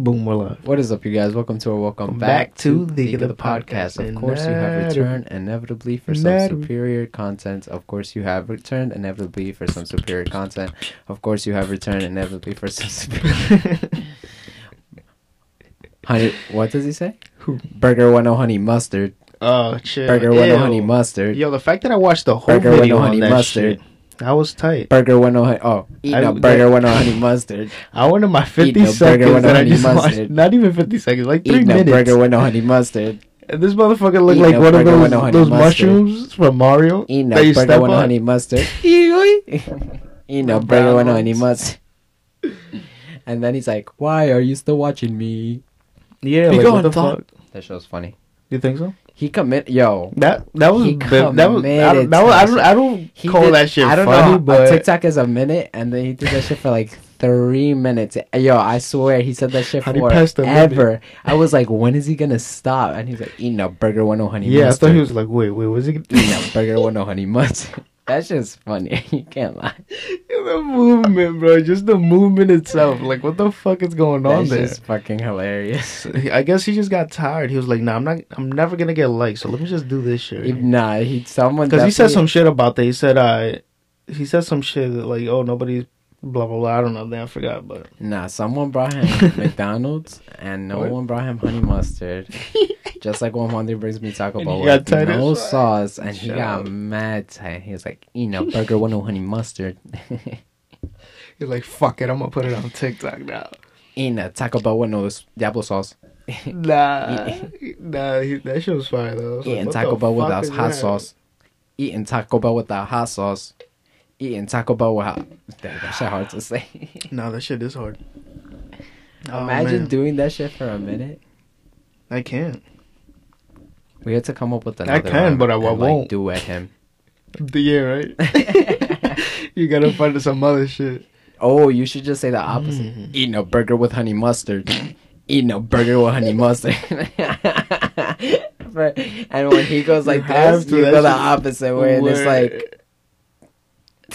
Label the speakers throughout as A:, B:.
A: Boom, we're live.
B: What is up, you guys? Welcome to or welcome back, to the of the Podcast. Of course, you have
A: Another-
B: returned inevitably for some
A: another-
B: superior content. Of course, you have returned inevitably for some superior content. Of course, you have returned inevitably for some superior. honey, what does he say?
A: Who?
B: Burger with no honey mustard.
A: Oh, chill.
B: Burger with
A: Ew.
B: no honey mustard.
A: Yo, the fact that I watched the whole
B: Burger with
A: video
B: no
A: on
B: honey
A: that
B: mustard.
A: shit, I was tight.
B: Burger with no honey. Oh, eat
A: I-
B: a burger with no honey mustard.
A: I went in my 50
B: Eating a burger
A: seconds
B: with
A: that I
B: honey
A: just watched.
B: mustard.
A: Not even 50 seconds, like three
B: Eating a
A: minutes.
B: burger with no honey mustard.
A: And this motherfucker looked
B: Eating
A: like
B: a
A: one of
B: burger
A: those,
B: with no honey
A: those
B: mustard.
A: mushrooms from Mario
B: Eating
A: that
B: a
A: you
B: burger
A: step
B: with no
A: on.
B: honey mustard. Eating a
A: The
B: burger with
A: brown
B: no honey
A: ones.
B: mustard. And then he's like, "Why are you still watching me?"
A: Yeah,
B: Be
A: like,
B: gone,
A: what the
B: thought.
A: fuck?
B: That show's funny.
A: You think so?
B: He commit yo.
A: That that was
B: He
A: bi- that was I don't
B: committed
A: that was, I don't
B: to
A: I don't
B: He
A: call
B: did-
A: that shit
B: I don't
A: funny,
B: know. uh,
A: but
B: TikTok is a minute, and then he did that shit for like three minutes. Yo, I swear he said that shit
A: Honey, pass the limit.
B: forever. I was like, when is he gonna stop? And he's like, eating a burger with no honey
A: yeah, I
B: mustard.
A: thought he was like, wait, wait, was he?
B: eating a burger with no honey mustard. That's just funny. You can't lie.
A: the movement, bro. Just the movement itself. Like, what the fuck is going on
B: That's
A: there?
B: just fucking hilarious.
A: I guess he just got tired. He was like, "Nah, I'm not. I'm never gonna get likes. So let me just do this
B: If
A: shit."
B: nah, he someone
A: Because he said
B: definitely-
A: some shit about that. He said, "I." he said some shit that, like, "Oh, nobody's blah blah blah." I don't know. Then I forgot, but
B: Nah, someone brought him McDonald's and no
A: What?
B: one brought him honey mustard. Just like when Monday brings me Taco
A: And
B: Bell
A: he got
B: with
A: tight as
B: no
A: fuck.
B: sauce and he
A: Shut
B: got
A: up.
B: mad tight. He was like, eating a burger with no honey mustard.
A: he's like, "Fuck it, I'm gonna put it on TikTok now."
B: eating a Taco Bell with no s- Diablo sauce.
A: Nah, nah, he, that shit was fire though. I was like,
B: Eating
A: what
B: Taco
A: the
B: Bell
A: fuck
B: without
A: is
B: hot
A: that?
B: sauce. Eating Taco Bell without hot sauce. Eating Taco Bell without. Damn, that shit hard to say.
A: Nah, that shit is hard. Oh,
B: Imagine
A: man.
B: doing that shit for a minute.
A: I can't.
B: We had to come up with another.
A: can,
B: one
A: but I- I
B: and, like,
A: won't.
B: duet him.
A: Yeah, right. you gotta find some other shit.
B: Oh, you should just say the opposite.
A: Mm-hmm.
B: Eating a burger with honey mustard. Eating a burger with honey mustard. But- and when he goes like
A: You have
B: this,
A: to,
B: you
A: that's
B: go the
A: just-
B: opposite way, and it's like,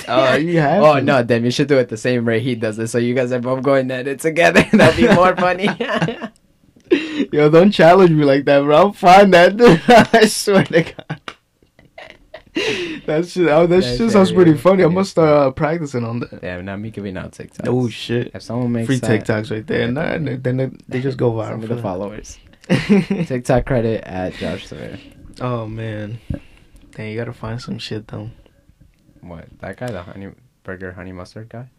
A: Oh, you have
B: oh
A: to.
B: no, damn, you should do it the same way he does it. So you guys are both going at it together. That'd be more funny.
A: Yo, don't challenge me like that, bro. I'm fine, that dude. I swear to God. That's just, oh, that
B: That's
A: shit sounds pretty
B: very
A: funny. I
B: funny.
A: must start uh, practicing on that.
B: damn, not me giving out TikToks.
A: Oh shit!
B: If someone makes
A: Free
B: that,
A: TikToks right there, and then then they, they just go
B: some
A: viral.
B: of
A: for
B: the
A: that.
B: followers. TikTok credit at Josh Sawyer.
A: oh man, dang, you gotta find some shit though.
B: What that guy, the honey burger honey mustard guy?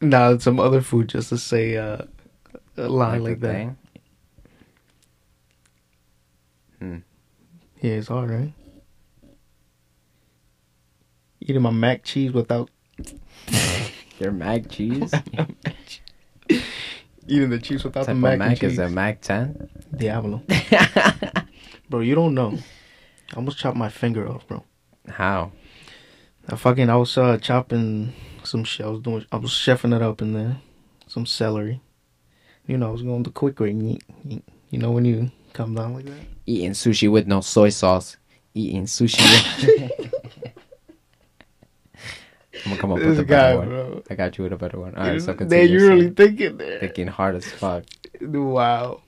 A: Nah, some other food just to say uh, a line like,
B: the
A: that.
B: thing?
A: Yeah, it's hard, right? Eating my mac cheese without
B: Your mac cheese.
A: eating the cheese without
B: type
A: the
B: of
A: mac,
B: mac,
A: and cheese.
B: is a Mac 10.
A: Diablo, bro, you don't know. I almost chopped my finger off, bro.
B: How?
A: I fucking I was uh, chopping some shit. I was doing. I was chefing it up in there, some celery. You know, I was going the quick way. yeet, yeet. You know when you come down like that.
B: Eating sushi with no soy sauce. Eating sushi. with- I'm gonna come up with
A: This
B: a
A: guy,
B: better one.
A: bro.
B: I got you with a better one. Alright, so
A: Damn,
B: continue.
A: you really
B: Really
A: thinking there.
B: thinking hard as fuck.
A: Wow.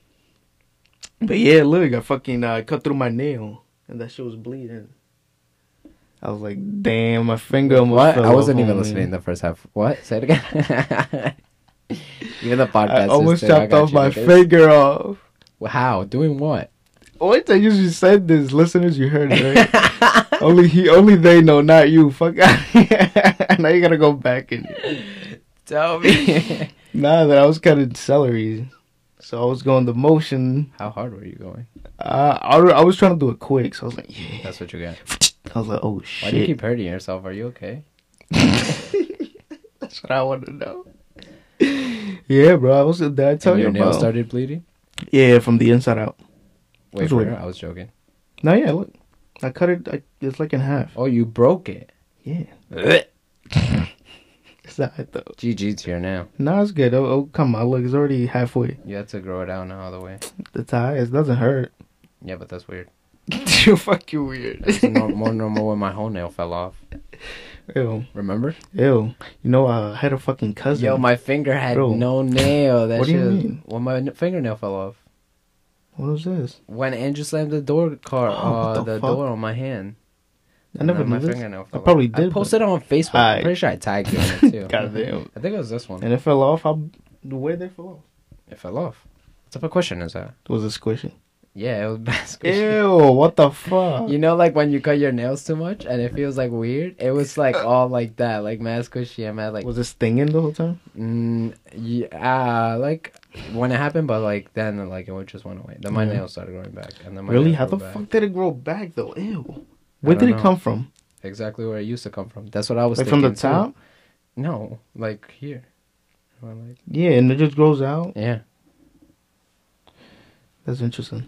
A: But yeah, look, I fucking uh, cut through my nail, and that shit was bleeding. I was like, damn, my finger almost
B: What?
A: fell
B: I wasn't
A: off
B: even
A: on me.
B: listening the first half. What? Say it again. even the podcast.
A: I almost
B: is still, I
A: chopped
B: got
A: off
B: you
A: my
B: with this.
A: finger off.
B: Well, How? Doing what?
A: Once I usually said this, listeners, you heard it. Right? only he, only they know, not you. Fuck. now you gotta go back and.
B: Tell me.
A: Nah, that I was cutting celery, so I was going the motion.
B: How hard were you going?
A: Uh, I, I was trying to do it quick, so I was like, yeah.
B: That's what you got.
A: I was like, oh
B: Why
A: shit.
B: do you keep hurting yourself? Are you okay?
A: That's what I want to know. Yeah, bro. I was did I tell
B: and
A: you
B: your
A: about?
B: nail started bleeding.
A: Yeah, from the inside out.
B: Wait,
A: was
B: for
A: weird.
B: real? I was joking.
A: No, yeah, look, I cut it. I, it's like in half.
B: Oh, you broke it.
A: Yeah, it's not it though.
B: GG's here now.
A: No, it's good. Oh, oh, come on, look, it's already halfway.
B: You had to grow it out now all the way.
A: The tie it doesn't hurt.
B: Yeah, but that's weird.
A: You're fucking weird.
B: It's nor- more normal when my whole nail fell off.
A: Ew,
B: Remember?
A: ew. You know, I had a fucking cousin.
B: Yo, my finger had
A: Bro.
B: no nail. That
A: What do you
B: shit was-
A: mean?
B: When my n- fingernail fell off.
A: what was this?
B: When Andrew slammed the door car,
A: Oh, what
B: uh,
A: the
B: the,
A: fuck?
B: door on my hand.
A: I never
B: And then
A: knew
B: my
A: this.
B: fingernail
A: I
B: fell
A: probably
B: off.
A: did.
B: I posted it on Facebook.
A: Alright.
B: I'm pretty sure I tagged you in it too.
A: Goddamn.
B: I think it was this one.
A: And it fell off. I the way they fell off.
B: It fell off. What type of question is that?
A: It was a squishy.
B: Yeah, it was basketball.
A: Ew, what the fuck?
B: You know, like when you cut your nails too much and it feels like weird. It was like all like that, like mad squishy and mad like
A: was it stinging the whole time?
B: mm, yeah, uh, like when it happened, but like then like it just went away. Then my
A: Yeah.
B: nails started growing back, and then my
A: really?
B: nails
A: How
B: grew
A: the
B: back.
A: fuck did it grow back though? Ew. Where
B: I
A: did
B: don't
A: it
B: know.
A: come from?
B: Exactly where it used to come from. That's what I was
A: Like from the
B: thinking, too.
A: top?
B: No, like here. Well, like-
A: Yeah, and it just grows out.
B: yeah,
A: That's interesting.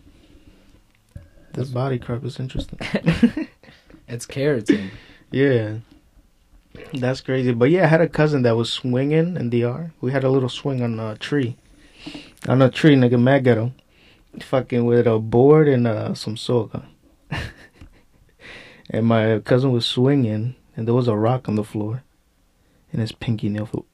A: This body crap is interesting.
B: it's keratin.
A: yeah. That's crazy. But yeah, I had a cousin that was swinging in DR. We had a little swing on a tree. On a tree, nigga, mad ghetto. Fucking with a board and uh, some soga. and my cousin was swinging, and there was a rock on the floor. And his pinky nail fell.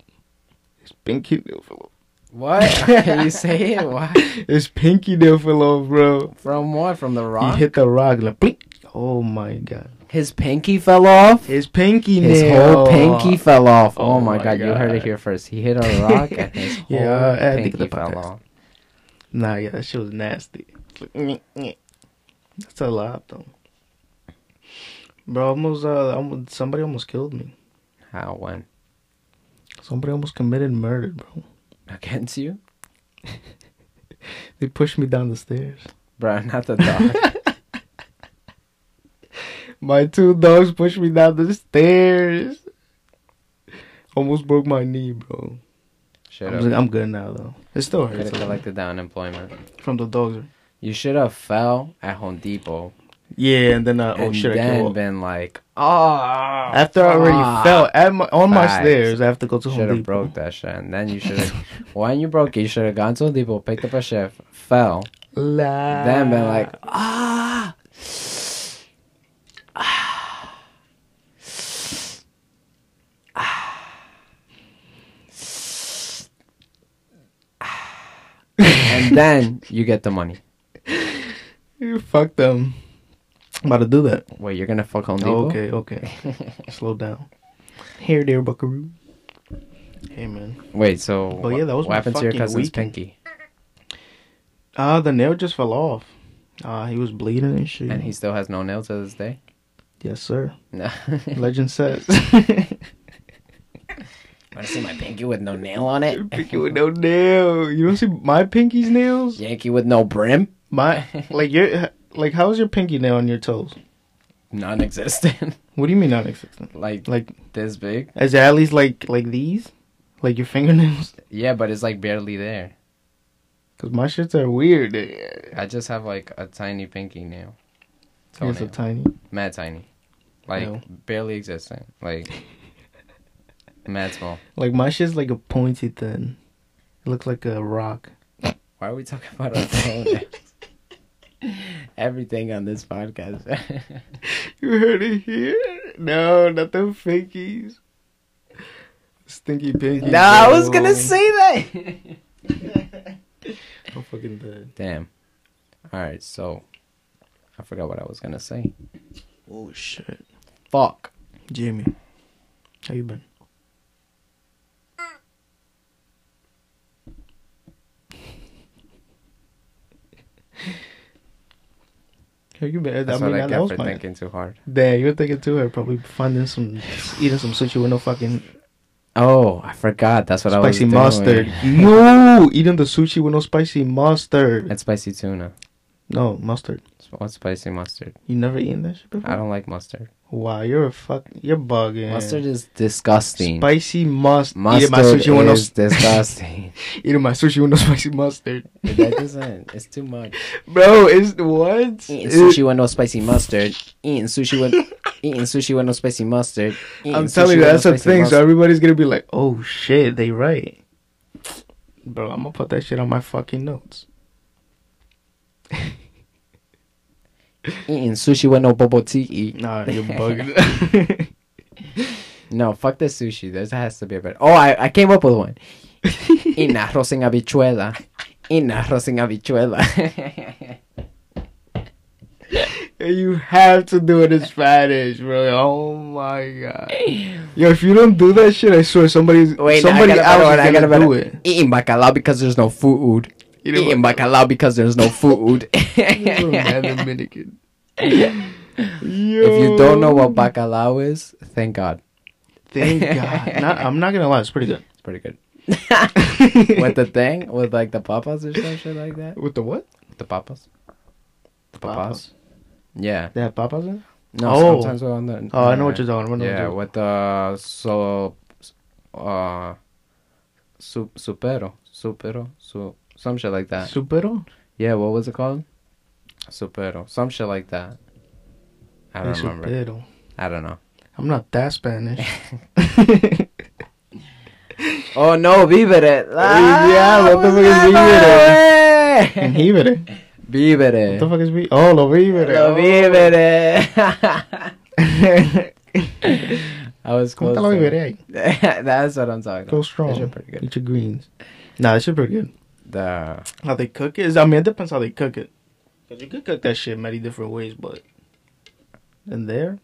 A: His pinky nail fell off.
B: what? Can you say it? What?
A: His pinky nail fell off, bro.
B: From what? From the rock?
A: He hit the rock, like, blink. Oh my god.
B: His pinky fell off.
A: His pinky nail.
B: His whole pinky fell off. Oh,
A: Oh
B: my
A: my
B: god, you heard it
A: God.
B: here first. He hit a rock and his whole
A: Yeah, I think
B: pinky
A: the
B: fell
A: podcast.
B: off.
A: Nah, yeah, that shit was nasty. It's like, nyeh, nyeh. That's a lot, though. Bro, almost, uh, almost, somebody almost killed me.
B: How when?
A: Somebody almost committed murder, bro.
B: Against you?
A: They pushed me down the stairs.
B: Bro, not the dog.
A: My two dogs pushed me down the stairs. Almost broke my knee, bro.
B: Should
A: I'm,
B: have
A: I'm good now, though. It still hurts. a lot
B: collected the unemployment.
A: From the dogs.
B: You should have fell at Home Depot
A: Yeah, and then, uh, oh
B: and
A: shit, I
B: then
A: killed.
B: been like, oh.
A: After I already fell at my, on my
B: Facts.
A: stairs, I have to go to
B: Should
A: Home
B: have
A: Depot.
B: broke that shit, and then you should have. when you broke it, you should have gone to Home Depot, picked up a shift, fell,
A: La-
B: then been like, ah,
A: Uh,
B: ah, ah, ah, and then you get the money.
A: You fuck them. I'm about to do that.
B: Wait, you're gonna fuck Home Depot?
A: Oh, okay, okay. Slow down. Here, there, buckaroo. Hey, man.
B: Wait, so
A: But yeah, that was
B: what
A: my
B: happened to your
A: fucking
B: cousin's
A: weekend.
B: pinky?
A: Ah, the nail just fell off. Ah, he was bleeding and shit.
B: And he still has no nail to this day.
A: yes, sir.
B: No,
A: Legend says.
B: I see my pinky with no nail on it.
A: pinky with no nail. You don't see my pinky's nails?
B: Yankee with no brim,
A: My like your like how's your pinky nail on your toes?
B: non-existent.
A: What do you mean non-existent?
B: like
A: Like
B: this big.
A: is it at least like like these, like your fingernails?
B: Yeah, but it's like barely there.
A: Cause my shits are weird. Yes,
B: I just have like a tiny pinky nail. Toenail.
A: so tiny.
B: mad tiny. Like
A: Nail.
B: barely existent. Like mad small.
A: Like my shit's like a pointy thing. It looks like a rock.
B: Why are we talking about our toenails? Everything on this podcast.
A: You heard it here? No, not the pinkies. Stinky pinky.
B: no, I was gonna say that.
A: I'm fucking dead.
B: Damn. All right, so I forgot what I was gonna say.
A: Oh shit.
B: Fuck.
A: Jimmy. How you been? How you been?
B: That's
A: I mean,
B: what I
A: that, that
B: get
A: was
B: for
A: my
B: thinking too hard.
A: Damn, you were thinking too hard. Probably finding some, eating some sushi with no fucking
B: Oh, I forgot. That's what I was
A: spicy
B: doing. eh.
A: mustard. no, eating the sushi with no spicy mustard.
B: And spicy tuna.
A: No mustard.
B: What's spicy mustard?
A: You never eaten that shit before.
B: I don't like mustard.
A: Wow, you're a fuck. You're bugging.
B: Mustard is disgusting.
A: Spicy must.
B: Mustard
A: Eating my sushi with no.
B: is disgusting.
A: Eating my sushi with no spicy mustard.
B: that doesn't. It's too much.
A: Bro, it's what?
B: Eating
A: It-
B: sushi with no spicy mustard. Eating sushi with eating sushi with no spicy mustard. Eating
A: I'm
B: sushi
A: telling you,
B: with no
A: that's the
B: spicy
A: thing. So
B: mustard.
A: everybody's gonna be like, "Oh shit, they right." Bro, I'm gonna put that shit on my fucking notes.
B: Eating sushi with no bubble tea. Eat.
A: Nah, you're bugging.
B: No, fuck the sushi. There has to be a better. Oh, I, I came up with one. In arroz en habichuela. In arroz en habichuela.
A: you have to do it in Spanish, bro. Oh my god. Yo, if you don't do that shit, I swear somebody's
B: Wait,
A: somebody
B: I got a better
A: else is
B: one. I got a
A: gonna
B: better
A: do
B: one.
A: it.
B: Eating bacalao because there's no food.
A: You know
B: Eating
A: what?
B: bacalao because there's no food.
A: You're a mad Dominican.
B: If you don't know what bacalao is, thank God.
A: thank God. Not, I'm not gonna lie, it's pretty good.
B: It's pretty good. with the thing? With like the papas or some shit like that?
A: With the what?
B: The papas? The
A: Papas?
B: papas? Yeah.
A: They have papas in it?
B: No,
A: Oh.
B: sometimes we're on the.
A: Oh, I know what you're talking about. I know what
B: Yeah,
A: you're-
B: with the so, uh, su- supero, supero, su- some shit like that.
A: Supero?
B: yeah, what was it called? Supero, some shit like that. I don't
A: They
B: remember.
A: supero.
B: I don't know.
A: I'm not that Spanish.
B: Oh no, vivere. Ah,
A: yeah, what the fuck is And
B: vivere?
A: vivere. What the
B: Vivere.
A: fuck is vivere? Oh, lo vivere.
B: Eh. Lo
A: Oh.
B: vivere. I was
A: Come
B: close.
A: te lo
B: to it.
A: vivere ahí.
B: That's what I'm talking
A: Go
B: about.
A: strong.
B: Those are pretty good.
A: Eat your greens. Nah, this shit pretty good.
B: The
A: How they cook it? Is, I mean, it depends how they cook it. Cause you could cook that shit many different ways, but in there,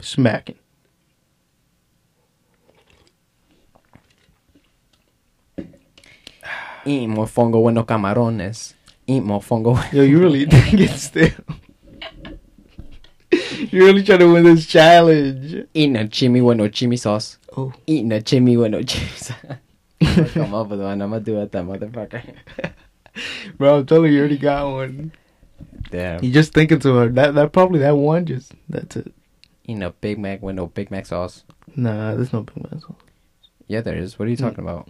A: smacking.
B: eat mofongo bueno camarones. Eat mofongo.
A: Yo, you really think it's still? you really trying to win this challenge?
B: Eat a chimi bueno chimi sauce.
A: Oh,
B: Eat a chimi bueno chimi sauce. I'ma Come up with one. I'm gonna do it, that motherfucker.
A: bro, I'm telling you, you already got one.
B: Damn.
A: You just thinking to her that that probably that one just that's it.
B: Eat a Big Mac with no Big Mac sauce.
A: Nah, there's no big mess.
B: Yeah, there is. What are you talking about?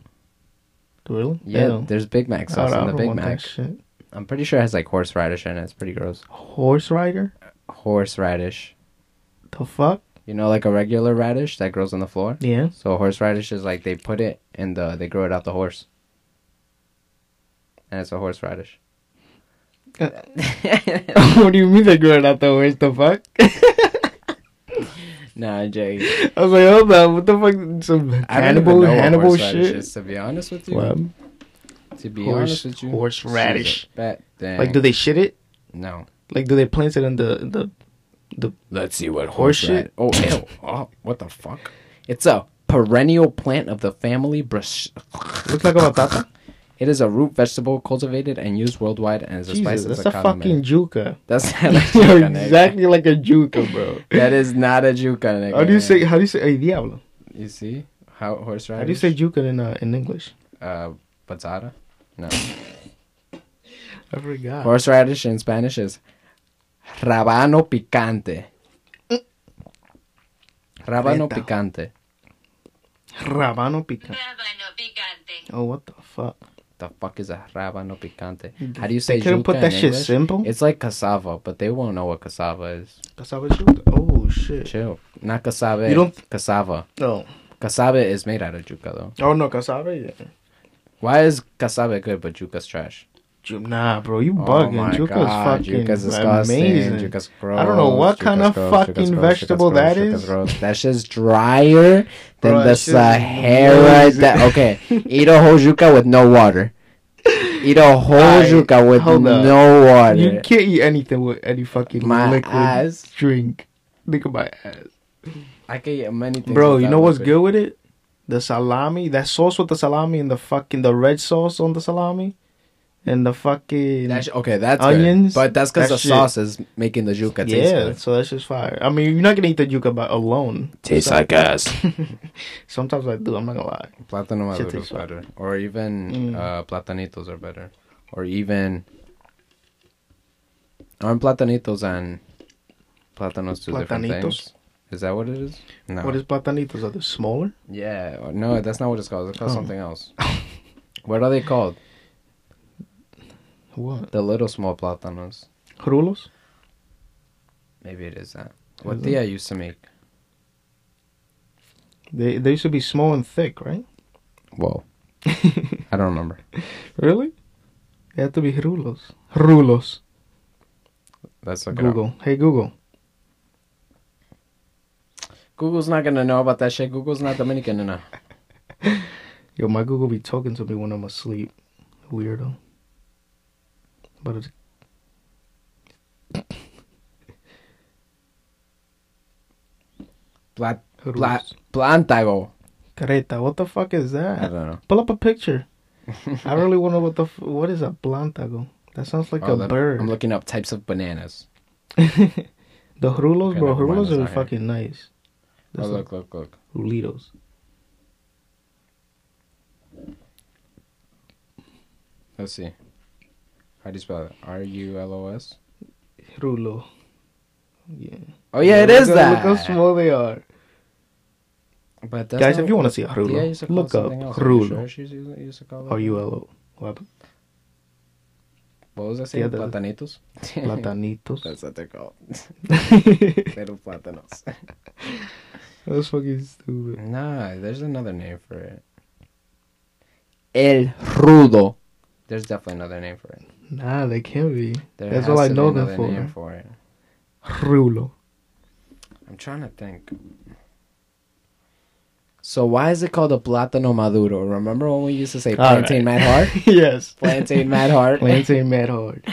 A: Really?
B: Yeah,
A: Damn.
B: there's Big Mac
A: I
B: sauce
A: Mm. don't-
B: in
A: I
B: the
A: don't
B: Big
A: want that
B: Mac.
A: shit.
B: I'm pretty sure it has like horseradish in it. It's pretty gross.
A: Horse rider?
B: Horseradish.
A: The fuck?
B: You know, like a regular radish that grows on the floor.
A: Yeah.
B: So horseradish is like they put it in the they grow it out the horse. And it's a horseradish.
A: what do you mean they grow it out the horse? The fuck?
B: Nah, Jay.
A: I was like, hold on, what the fuck? Some Hannibal, Hannibal shit.
B: to be honest with you,
A: What?
B: to be
A: Horse-
B: honest with you,
A: horseradish.
B: But
A: Like, do they shit it?
B: No.
A: Like, do they plant it in the in the?
B: Let's see what
A: Horse shit?
B: Oh, ew. oh, what the fuck? It's a perennial plant of the family Brus-
A: Looks like a batata.
B: It is a root vegetable cultivated and used worldwide and is a spice
A: Jesus,
B: as
A: that's
B: a,
A: a
B: condiment.
A: fucking juca.
B: That's not a
A: You're
B: juca, nigga.
A: exactly like a juca, bro.
B: That is not a juca, nigga.
A: How do you say? How do you say? Hey, diablo.
B: You see how horseradish?
A: How do you say juca in uh, in English?
B: uh, patata? No.
A: I forgot.
B: Horseradish in Spanish is rabano picante. Rabano
A: Preta.
B: picante.
A: Rabano pica. Oh, what the fuck?
B: The fuck is a rabano picante? How do you say
A: They couldn't
B: yuca
A: put that
B: in
A: shit
B: English?
A: simple.
B: It's like cassava, but they won't know what cassava is.
A: Cassava juca. Oh shit.
B: Chill. Not cassava.
A: You don't-
B: cassava.
A: Oh.
B: Cassava is made out of yuca though.
A: Oh no, cassava. Yeah.
B: Why is cassava good but yuca's trash?
A: Ju- Nah, bro, you bugging. Juca's fucking
B: Oh Yuca's disgusting.
A: amazing.
B: Yuca's
A: I don't know
B: gross.
A: what kind
B: Yuca's
A: of
B: gross.
A: fucking
B: Yuca's gross.
A: vegetable
B: Yuca's
A: that
B: gross.
A: is.
B: Yuca's gross. That shit's drier than
A: Bro, that
B: the
A: shit's
B: Sahara.
A: amazing.
B: That, okay, eat a whole yuca with no water. Eat a whole
A: Alright,
B: yuca with
A: hold up.
B: no water.
A: You can't eat anything with any fucking
B: My
A: liquid
B: ass.
A: drink. Think of my ass.
B: I can eat many things.
A: Bro, you
B: without
A: know what's
B: liquid.
A: good with it? The salami, that sauce with the salami and the fucking the red sauce on the salami, and the fucking
B: That sh- okay, that's
A: Onions,
B: good. But that's because
A: that
B: the
A: shit.
B: sauce is making the yuca taste
A: yeah.
B: good.
A: So that's just fire. I mean, you're not gonna eat the yuca by alone. So-
B: ass.
A: Sometimes I do. I'm not gonna lie.
B: Plátano
A: Shit
B: maduro is
A: tastes like-
B: better. Or even
A: Mm.
B: uh, platanitos are better. Or even. Aren't platanitos and Platanos do different
A: Platanitos?
B: things. Is that what it is? No.
A: What is platanitos? Are they smaller?
B: Yeah. or- No, that's not what it's called. It's called
A: Oh.
B: something else. what are they called?
A: What?
B: The little small platanos.
A: Rulos?
B: Maybe it is that. What
A: Is
B: Tia used to make.
A: They they used to be small and thick, right?
B: Whoa. I don't remember.
A: Really? They had to be rulos. Rulos.
B: That's okay. Google.
A: Google. Hey Google.
B: Google's not gonna know about that shit. Google's not Dominican enough.
A: Yo, my Google be talking to me when I'm asleep. Weirdo. But it's
B: Plat
A: rulos.
B: plat plantago.
A: Careta. What the fuck is
B: I
A: that?
B: don't know.
A: Pull up a picture. I really want to know what the f- what is a plantago? That sounds like
B: Oh,
A: a
B: that-
A: bird.
B: I'm looking up types of bananas.
A: the rulos,
B: Okay,
A: bro.
B: never mind,
A: Rulos
B: that's
A: are
B: not here.
A: fucking nice.
B: Oh,
A: That's like
B: look, look, look.
A: rulitos.
B: Let's see. How do you spell it? R U L O S.
A: Rulo. Yeah.
B: Oh yeah, it
A: Look
B: is
A: how-
B: that.
A: Look how small they are.
B: But that's
A: Guys,
B: not
A: if you
B: what
A: want to see a
B: Tia
A: rulo,
B: used to call
A: look up
B: something else. Are you sure
A: rulo.
B: she's using- used to call it
A: Or
B: that?
A: ULO. What happened?
B: What was I
A: Yeah,
B: saying?
A: the-
B: Platanitos?
A: Platanitos.
B: That's what they're called. Little platanos.
A: That's fucking stupid.
B: Nah, there's another name for it. El rudo. There's definitely another name for it.
A: Nah, they can't be.
B: There
A: That's
B: has
A: all I
B: to be
A: know them
B: another
A: for.
B: name for it.
A: Rulo.
B: I'm trying to think. So why is it called a plátano maduro? Remember when we used to say
A: All
B: plantain
A: right.
B: mad hard?
A: yes.
B: Plantain mad hard.
A: Plantain Mad Hard.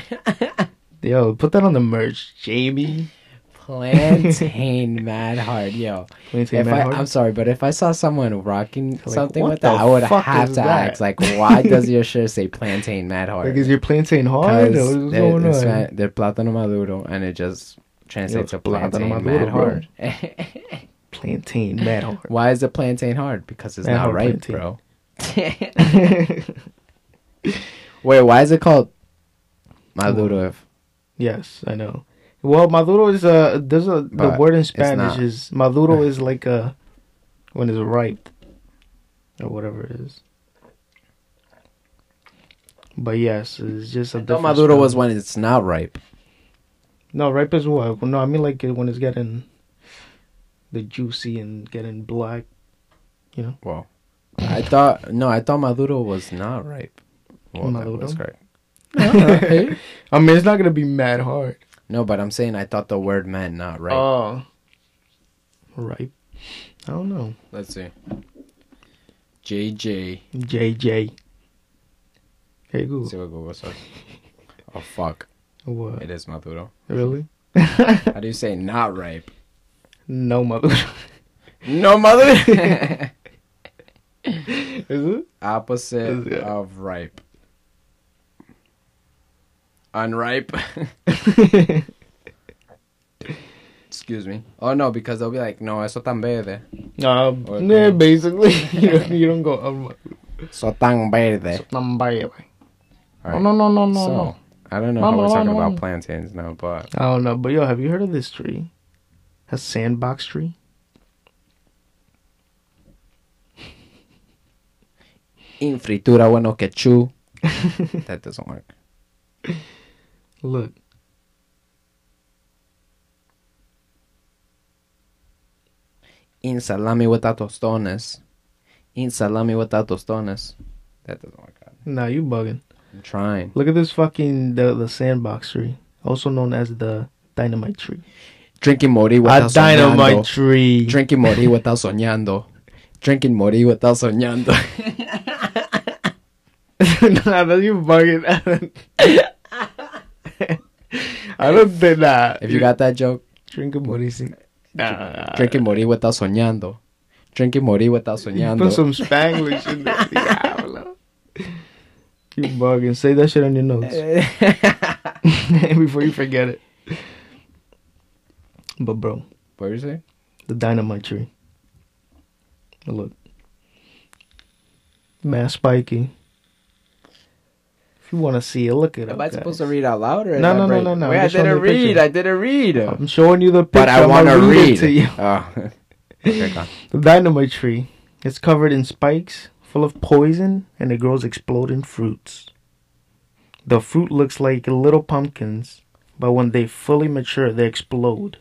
A: Yo, put that on the merch, Jamie.
B: plantain mad hard. Yo,
A: Plantain
B: if
A: Mad
B: I,
A: Hard.
B: I'm sorry, but if I saw someone rocking something
A: what
B: with that,
A: the
B: I would
A: fuck
B: have
A: is
B: to
A: that?
B: ask, like, why does your shirt say plantain mad hard?
A: like, is your plantain hard?
B: Because
A: Or
B: they're,
A: what's going
B: it's
A: on?
B: ma- they're plátano maduro, and it just translates
A: Yo,
B: to
A: it's plátano
B: plantain
A: maduro,
B: mad
A: bro.
B: hard.
A: Plantain Mad Hard.
B: Why is the plantain hard? Because it's
A: Mad
B: not
A: hard
B: ripe,
A: plantain.
B: bro. Wait, why is it called maduro? If
A: yes, I know. Well, Maduro is a there's a the
B: But
A: word in
B: it's
A: Spanish
B: not.
A: is Maduro is like a when it's ripe or whatever it is. But yes, it's just a
B: I thought
A: different
B: maduro
A: style.
B: was when it's not ripe.
A: No, ripe is what? No, I mean like uh, when it's getting the juicy and getting black.
B: Whoa. I thought no, I thought maduro was not ripe. Well,
A: Maduro?
B: That was correct.
A: I mean, it's not gonna be mad hard.
B: No, but I'm saying I thought the word meant not ripe.
A: Oh, ripe. I don't know.
B: Let's see. JJ.
A: JJ. Hey
B: Let's see
A: Google.
B: what Google says. Oh fuck!
A: What?
B: It is maduro.
A: Really?
B: How do you say not ripe?
A: No, mother.
B: No maduro.
A: is it?
B: Opposite
A: Yeah.
B: of ripe. Unripe. Excuse me. Oh no, because they'll be like, no, eso tan verde.
A: Um,
B: Or
A: yeah,
B: green.
A: basically, you, don't, you don't go. Um,
B: So tan verde.
A: Nambaya.
B: All
A: Oh
B: Eh. right.
A: no no no no
B: so,
A: no.
B: I don't know
A: Mama,
B: how we're talking
A: mama,
B: about
A: mama.
B: plantains now, but
A: I don't know, but yo, have you heard of this tree? A sandbox tree.
B: in fritura bueno que chu. that doesn't work.
A: Look.
B: In salami without tostones. In salami without tostones. That doesn't work. out.
A: Nah, you bugging.
B: I'm trying.
A: Look at this fucking the the sandbox tree, also known as the dynamite tree.
B: Drinking mori
A: A
B: without
A: dynamite
B: soñando.
A: tree.
B: Drinking mori without soñando. Drinking mori without soñando.
A: nah, that's you bugging. I don't think that.
B: if you got that joke,
A: drinking Morisi. Nah,
B: drinking mori without soñando. Drinking mori without
A: you Uh, put
B: soñando.
A: some Spanglish in there. Diablo. You bugging. Say that shit on your notes before you forget it. But bro,
B: what were you saying?
A: the dynamite tree. Look. Mass spiky. If you want to see it, look it up.
B: Am I
A: guys.
B: supposed to read out loud or
A: No,
B: am
A: no, no,
B: I break-
A: no, no,
B: Wait, I
A: just show
B: didn't
A: me the picture.
B: read. I didn't read.
A: I'm showing you the picture.
B: But I
A: I'm
B: want
A: gonna
B: to
A: it
B: read.
A: to you.
B: Oh. okay, go on.
A: The dynamite tree. It's covered in spikes, full of poison, and it grows exploding fruits. The fruit looks like little pumpkins, but when they fully mature, they explode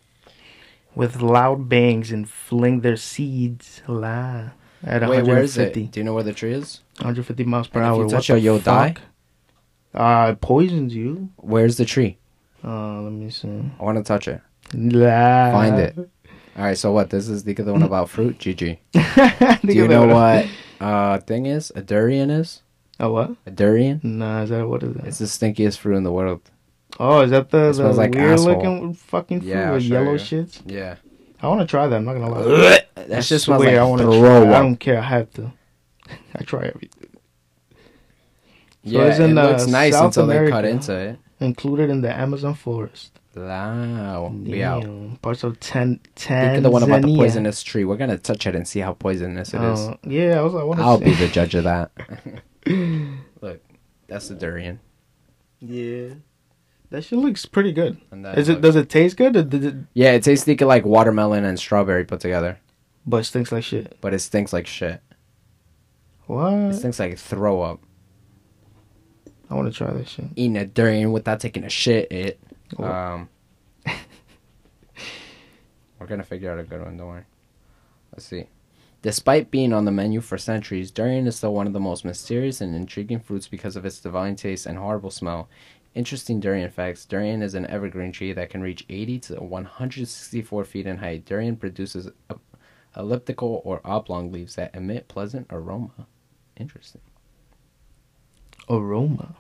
A: with loud bangs and fling their seeds la at
B: Wait, where is
A: 150,
B: it? Do you know where the tree is?
A: 150 miles per
B: And if
A: hour.
B: you
A: What
B: touch
A: the
B: it, you'll die?
A: fuck? Uh, it poisons you.
B: Where's the tree?
A: Uh, let me see.
B: I want to touch it.
A: La.
B: Find it. All right, so what? This is the other one about fruit. GG. Do
A: Do
B: you know what uh thing is? A durian is?
A: A what?
B: A durian?
A: Nah, is that what is that?
B: It's the stinkiest fruit in the world.
A: Oh, is that the, the
B: It smells like
A: weird
B: asshole.
A: looking fucking fruit
B: Yeah, I'll
A: with
B: show
A: yellow
B: you.
A: shits?
B: Yeah.
A: I want to try that. I'm not gonna lie.
B: That shit smells like
A: I
B: I
A: wanna
B: throw
A: try. I
B: up.
A: don't care. I have to. I try everything.
B: Yeah,
A: it's
B: it
A: in, uh,
B: looks nice
A: South
B: until they cut
A: America.
B: into it.
A: Included in the Amazon forest.
B: Wow. We out.
A: Damn. Parts of Tan
B: Think
A: Tanzania.
B: of the one about the poisonous tree. We're gonna touch it and see how poisonous it is.
A: Oh, yeah, I was like, I
B: I'll
A: want
B: be
A: to see.
B: the judge of that. Look, that's the durian.
A: Yeah, that shit looks pretty good.
B: And that
A: Is it?
B: looks-
A: Does it taste good? Or did it,
B: yeah, it tastes like, like watermelon and strawberry put together,
A: but it stinks like shit.
B: but it stinks like shit. It
A: What?
B: stinks like throw up.
A: I want to try that shit.
B: Eating a durian without taking a shit. It.
A: Oh.
B: Um. we're gonna figure out a good one. Don't worry. Let's see. Despite being on the menu for centuries, durian is still one of the most mysterious and intriguing fruits because of its divine taste and horrible smell. Interesting durian facts. Durian is an evergreen tree that can reach 80 to 164 feet in height. Durian produces ep- elliptical or oblong leaves that emit pleasant aroma. Interesting.
A: Aroma.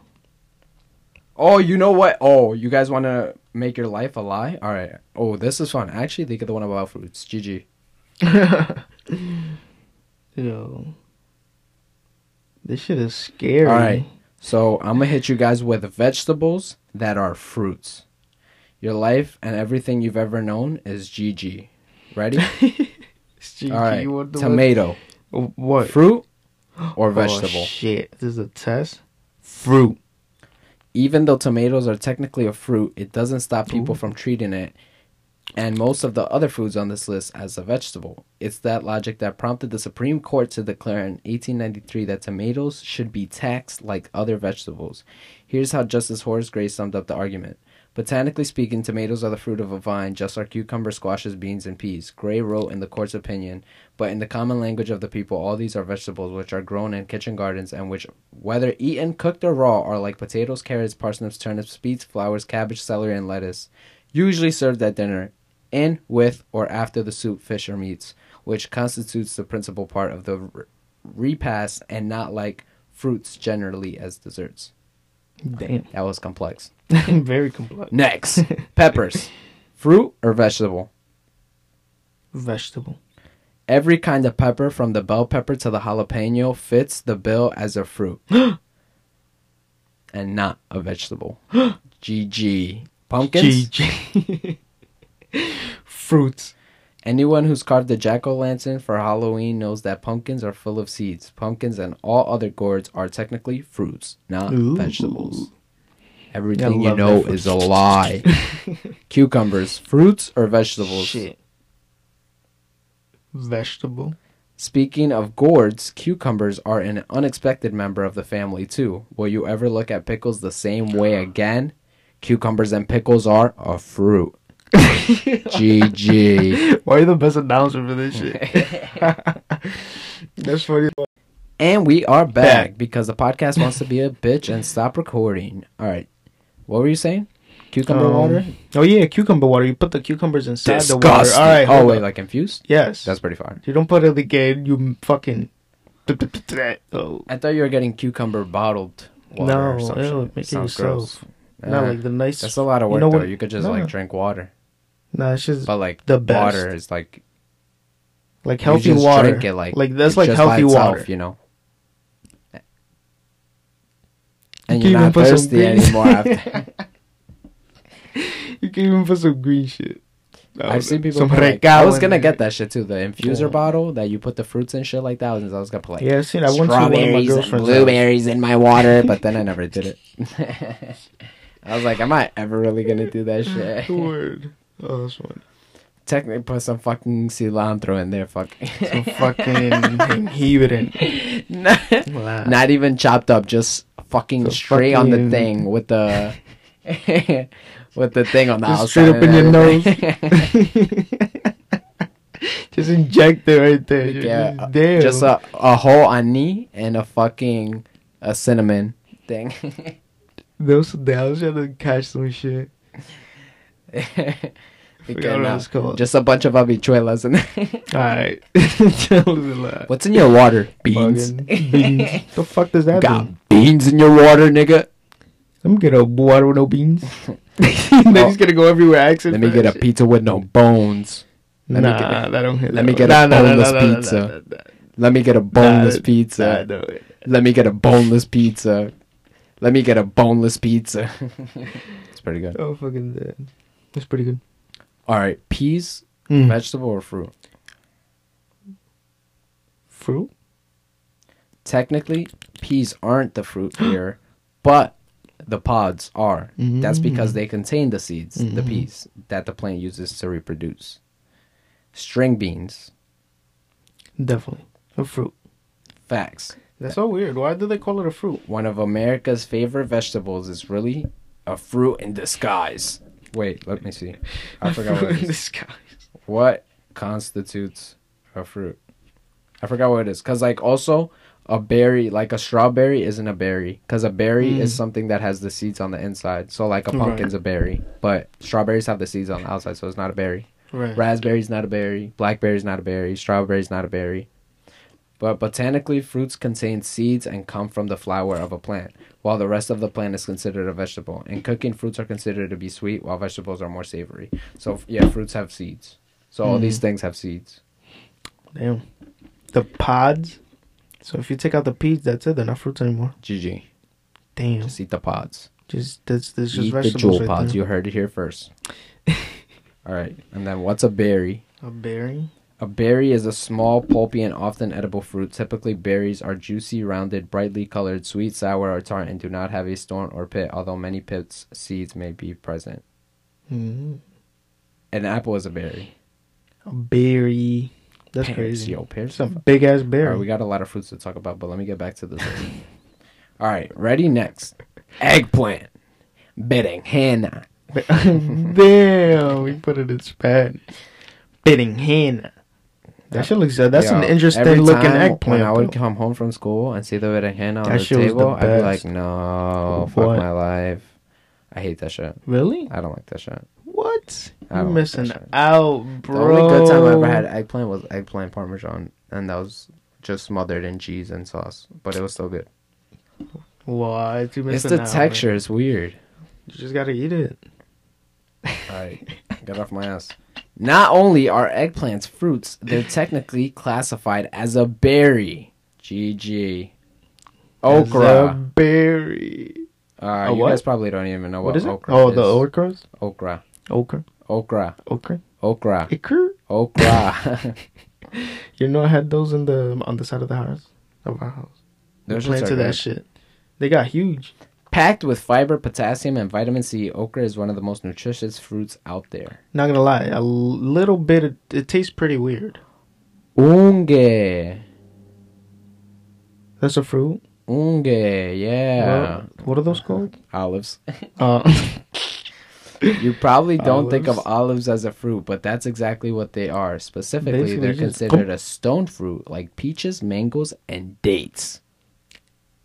B: Oh, you know what? Oh, you guys want to make your life a lie? All right. Oh, this is fun. I actually think of the one about fruits. GG.
A: Yo, this shit is scary.
B: All right. So I'm gonna hit you guys with vegetables that are fruits. Your life and everything you've ever known is GG. Ready?
A: Gee,
B: All right.
A: you want the
B: Tomato,
A: one- What?
B: fruit or
A: Oh,
B: vegetable.
A: shit. This is a test. Fruit.
B: Even though tomatoes are technically a fruit, it doesn't stop people from treating it and most of the other foods on this list as a vegetable. It's that logic that prompted the Supreme Court to declare in 1893 that tomatoes should be taxed like other vegetables. Here's how Justice Horace Gray summed up the argument. Botanically speaking, tomatoes are the fruit of a vine, just like cucumbers, squashes, beans, and peas. Gray wrote in the court's opinion, but in the common language of the people, all these are vegetables which are grown in kitchen gardens and which, whether eaten, cooked, or raw, are like potatoes, carrots, parsnips, turnips, beets, flowers, cabbage, celery, and lettuce usually served at dinner, in, with, or after the soup, fish, or meats, which constitutes the principal part of the re- repast and not like fruits generally as desserts.
A: Damn.
B: That was complex.
A: Very complex.
B: Next, peppers. Fruit or vegetable?
A: Vegetable.
B: Every kind of pepper, from the bell pepper to the jalapeno, fits the bill as a fruit and not a vegetable. GG. Pumpkins?
A: GG. Fruits.
B: Anyone who's carved a jack o' lantern for Halloween knows that pumpkins are full of seeds. Pumpkins and all other gourds are technically fruits, not
A: Ooh.
B: vegetables. Everything
A: Yeah, I
B: you
A: love
B: know
A: that
B: is a lie. Cucumbers, fruits or vegetables?
A: Shit. Vegetable.
B: Speaking of gourds, cucumbers are an unexpected member of the family too. Will you ever look at pickles the same way again? Cucumbers and pickles are a fruit. GG.
A: Why are you the best announcer for this shit? That's funny.
B: And we are back
A: Back.
B: because the podcast wants to be a bitch and stop recording. All right. What were you saying? Cucumber
A: Um,
B: water?
A: Oh yeah, cucumber water. You put the cucumbers inside the water.
B: Disgusting.
A: All right.
B: oh,
A: hold
B: wait,
A: up.
B: like infused?
A: yes.
B: That's pretty far.
A: you don't put it in the game. You fucking. Oh.
B: I thought you were getting cucumber bottled water or
A: No,
B: some
A: ew,
B: shit.
A: make it
B: Sounds gross.
A: yourself. Not
B: Uh,
A: like the nice.
B: that's a lot of work,
A: you know
B: though.
A: what-
B: You could just,
A: No,
B: like,
A: no.
B: drink water.
A: Nah, it's just
B: But, like,
A: The
B: water
A: best.
B: is, like,
A: like
B: you
A: healthy
B: just
A: water.
B: drink it, like,
A: like that's
B: it's
A: like
B: just by
A: healthy
B: itself,
A: water.
B: you know? And
A: can
B: you're
A: even
B: not
A: put some
B: thirsty
A: green-
B: anymore after.
A: You can even put some green shit. Oh,
B: I've seen people.
A: Some
B: put, like-
A: recao
B: I was
A: in
B: gonna
A: there.
B: get that shit too. The infuser
A: Yeah.
B: bottle that you put the fruits and shit like that. was- I was gonna put like
A: Yeah, I've seen. I went to one of my
B: strawberries and
A: girlfriend's. house.
B: blueberries in my water, but then I never did it. I was like, am I ever really gonna do that shit?
A: Word. Oh, that's one.
B: Technically, put some fucking cilantro in there. Fuck.
A: Some fucking inhibitor.
B: not, Uh, not even chopped up, just fucking
A: So
B: straight on the
A: fucking-
B: thing with the with the thing on the
A: Just straight
B: outside.
A: up
B: and
A: in your
B: everything.
A: Just inject it right there.
B: yeah,
A: Just there.
B: just uh, a, a whole onion and a fucking a cinnamon thing.
A: Those down trying to catch some shit.
B: Because,
A: what
B: uh,
A: it's called.
B: Just a bunch of habichuelas and
A: Alright. That was a lot.
B: what's in your water? Beans.
A: Fucking beans. the fuck does that
B: Got
A: mean?
B: beans in your water, nigga.
A: Let me get a water with no beans. Then he's gonna go everywhere. Accent
B: Let me get a
A: pizza.
B: pizza with no bones.
A: Nah,
B: let me get
A: that don't hit.
B: let
A: that
B: me
A: one.
B: get a boneless pizza. Let me get a boneless pizza.
A: Nah, no.
B: Let me get a boneless pizza. Let me get a boneless pizza. it's pretty good.
A: Oh fucking dead. That's pretty good.
B: All right, peas,
A: Mm.
B: vegetable or fruit?
A: Fruit.
B: Technically, peas aren't the fruit here, but the pods are. That's because they contain the seeds, the
A: Mhm.
B: peas that the plant uses to reproduce. String beans,
A: Definitely a fruit.
B: facts.
A: That's so weird. Why do they call it a fruit?
B: One of America's favorite vegetables is really a fruit in disguise. Wait, let me see. I forgot what
A: fruit
B: it
A: in
B: is.
A: the sky.
B: what constitutes a fruit i forgot what it is because like also a berry like a strawberry isn't a berry because a berry is
A: Mm.
B: something that has the seeds on the inside so like a
A: Right.
B: pumpkin's a berry but strawberries have the seeds on the outside so it's not a berry
A: Right.
B: raspberry's not a berry blackberry's not a berry strawberry's not a berry but botanically fruits contain seeds and come from the flower of a plant while the rest of the plant is considered a vegetable in cooking fruits are considered to be sweet while vegetables are more savory so f- yeah fruits have seeds so all
A: Mm.
B: these things have seeds
A: Damn. The pods. So if you take out the peas, that's it. They're not fruits anymore.
B: gg
A: Damn.
B: just eat the pods
A: Just that's that's just
B: eat the
A: vegetables
B: jewel
A: right
B: pods
A: there.
B: you heard it here first all right and then what's a berry
A: A berry.
B: A berry is a small, pulpy, and often edible fruit. Typically, berries are juicy, rounded, brightly colored, sweet, sour, or tart, and do not have a stone or pit, although many pits seeds may be present.
A: Mm.
B: An apple is a berry.
A: A berry. That's
B: Pears,
A: crazy.
B: Yo, pears.
A: It's a big ass
B: All
A: berry.
B: right, we got a lot of fruits to talk about, but let me get back to this. All right, ready next. Eggplant. Bidding. Henna.
A: Damn, we put it in Spanish. Bidding henna. That shit looks. That's an
B: Yo,
A: interesting
B: every
A: looking
B: time When
A: eggplant.
B: I would
A: though.
B: come home from school and see the berenjena on
A: That
B: the
A: shit was the
B: table, I'd be
A: best.
B: like, no, fuck
A: What?
B: my life. I hate that shit.
A: really?
B: I don't like that shit.
A: What?
B: I
A: You're
B: don't like
A: missing
B: that shit.
A: out, bro.
B: The only good time I ever had eggplant was eggplant parmesan, and that was just smothered in cheese and sauce, but it was so good.
A: What? You
B: It's
A: missing
B: the
A: out,
B: texture; it's weird.
A: man. You just gotta eat it.
B: Alright, get off my ass. Not only are eggplants fruits, they're technically classified as a berry. GG.
A: It's a
B: Okra.
A: berry.
B: Uh,
A: a
B: you
A: what?
B: guys probably don't even know what,
A: what is it?
B: okra
A: Oh,
B: is.
A: the okras.
B: okra.
A: Okra.
B: Okra.
A: Okra.
B: Okra.
A: Ikra.
B: Okra.
A: You know, I had those in the on the side of the house of our house.
B: Those shits
A: Plants
B: are
A: of that
B: good.
A: shit. They got huge.
B: Packed with fiber, potassium, and vitamin C, okra is one of the most nutritious fruits out there.
A: Not gonna lie, a little bit. Of, it tastes pretty weird.
B: Unge.
A: That's a fruit.
B: Unge, yeah.
A: Well, what are those called?
B: olives.
A: Uh,
B: You probably don't think of
A: Olives.
B: olives as a fruit, but that's exactly what they are. Specifically,
A: Basically,
B: they're
A: just-
B: considered a stone fruit like peaches, mangoes, and dates.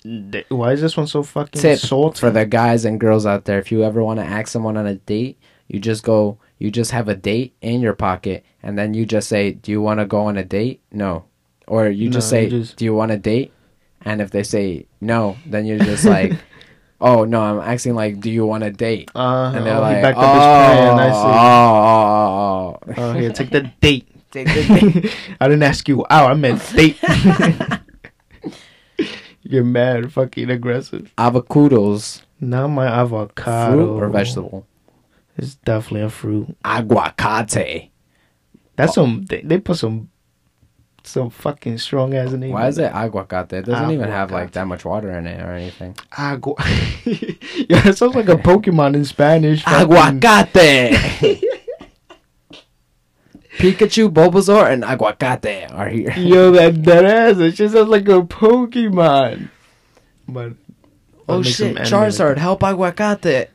A: Da- Why is this one so fucking
B: Tip
A: salty?
B: for the guys and girls out there. If you ever want to ask someone on a date, you just go, you just have a date in your pocket, and then you just say, Do you want to go on a date? No. Or you just
A: No,
B: say,
A: you just-
B: Do you want a date? And if they say no, then you're just like, Oh, no, I'm asking, like, Do you want a date?
A: Uh,
B: and they're
A: oh,
B: like,
A: he backed
B: oh,
A: up his plan. I see.
B: oh, oh, oh,
A: Oh, here, take the date.
B: Take the
A: I didn't ask you out. I meant date. You're mad, fucking aggressive.
B: oh. Avocados,
A: Not my avocado.
B: fruit or vegetable?
A: It's definitely a fruit.
B: Aguacate.
A: That's some. They, they put some, some fucking strong ass name.
B: Why
A: on
B: is it aguacate? It doesn't even have like
A: Aguacate.
B: that much water in it or anything.
A: Agua. yeah, it sounds like a Pokemon in Spanish. fucking-
B: Aguacate. Pikachu, Bulbasaur, and Aguacate are here.
A: Yo, that that ass. It just sounds like a Pokemon. But
B: oh
A: I'll make some
B: shit,
A: anime
B: Charizard, help Aguacate.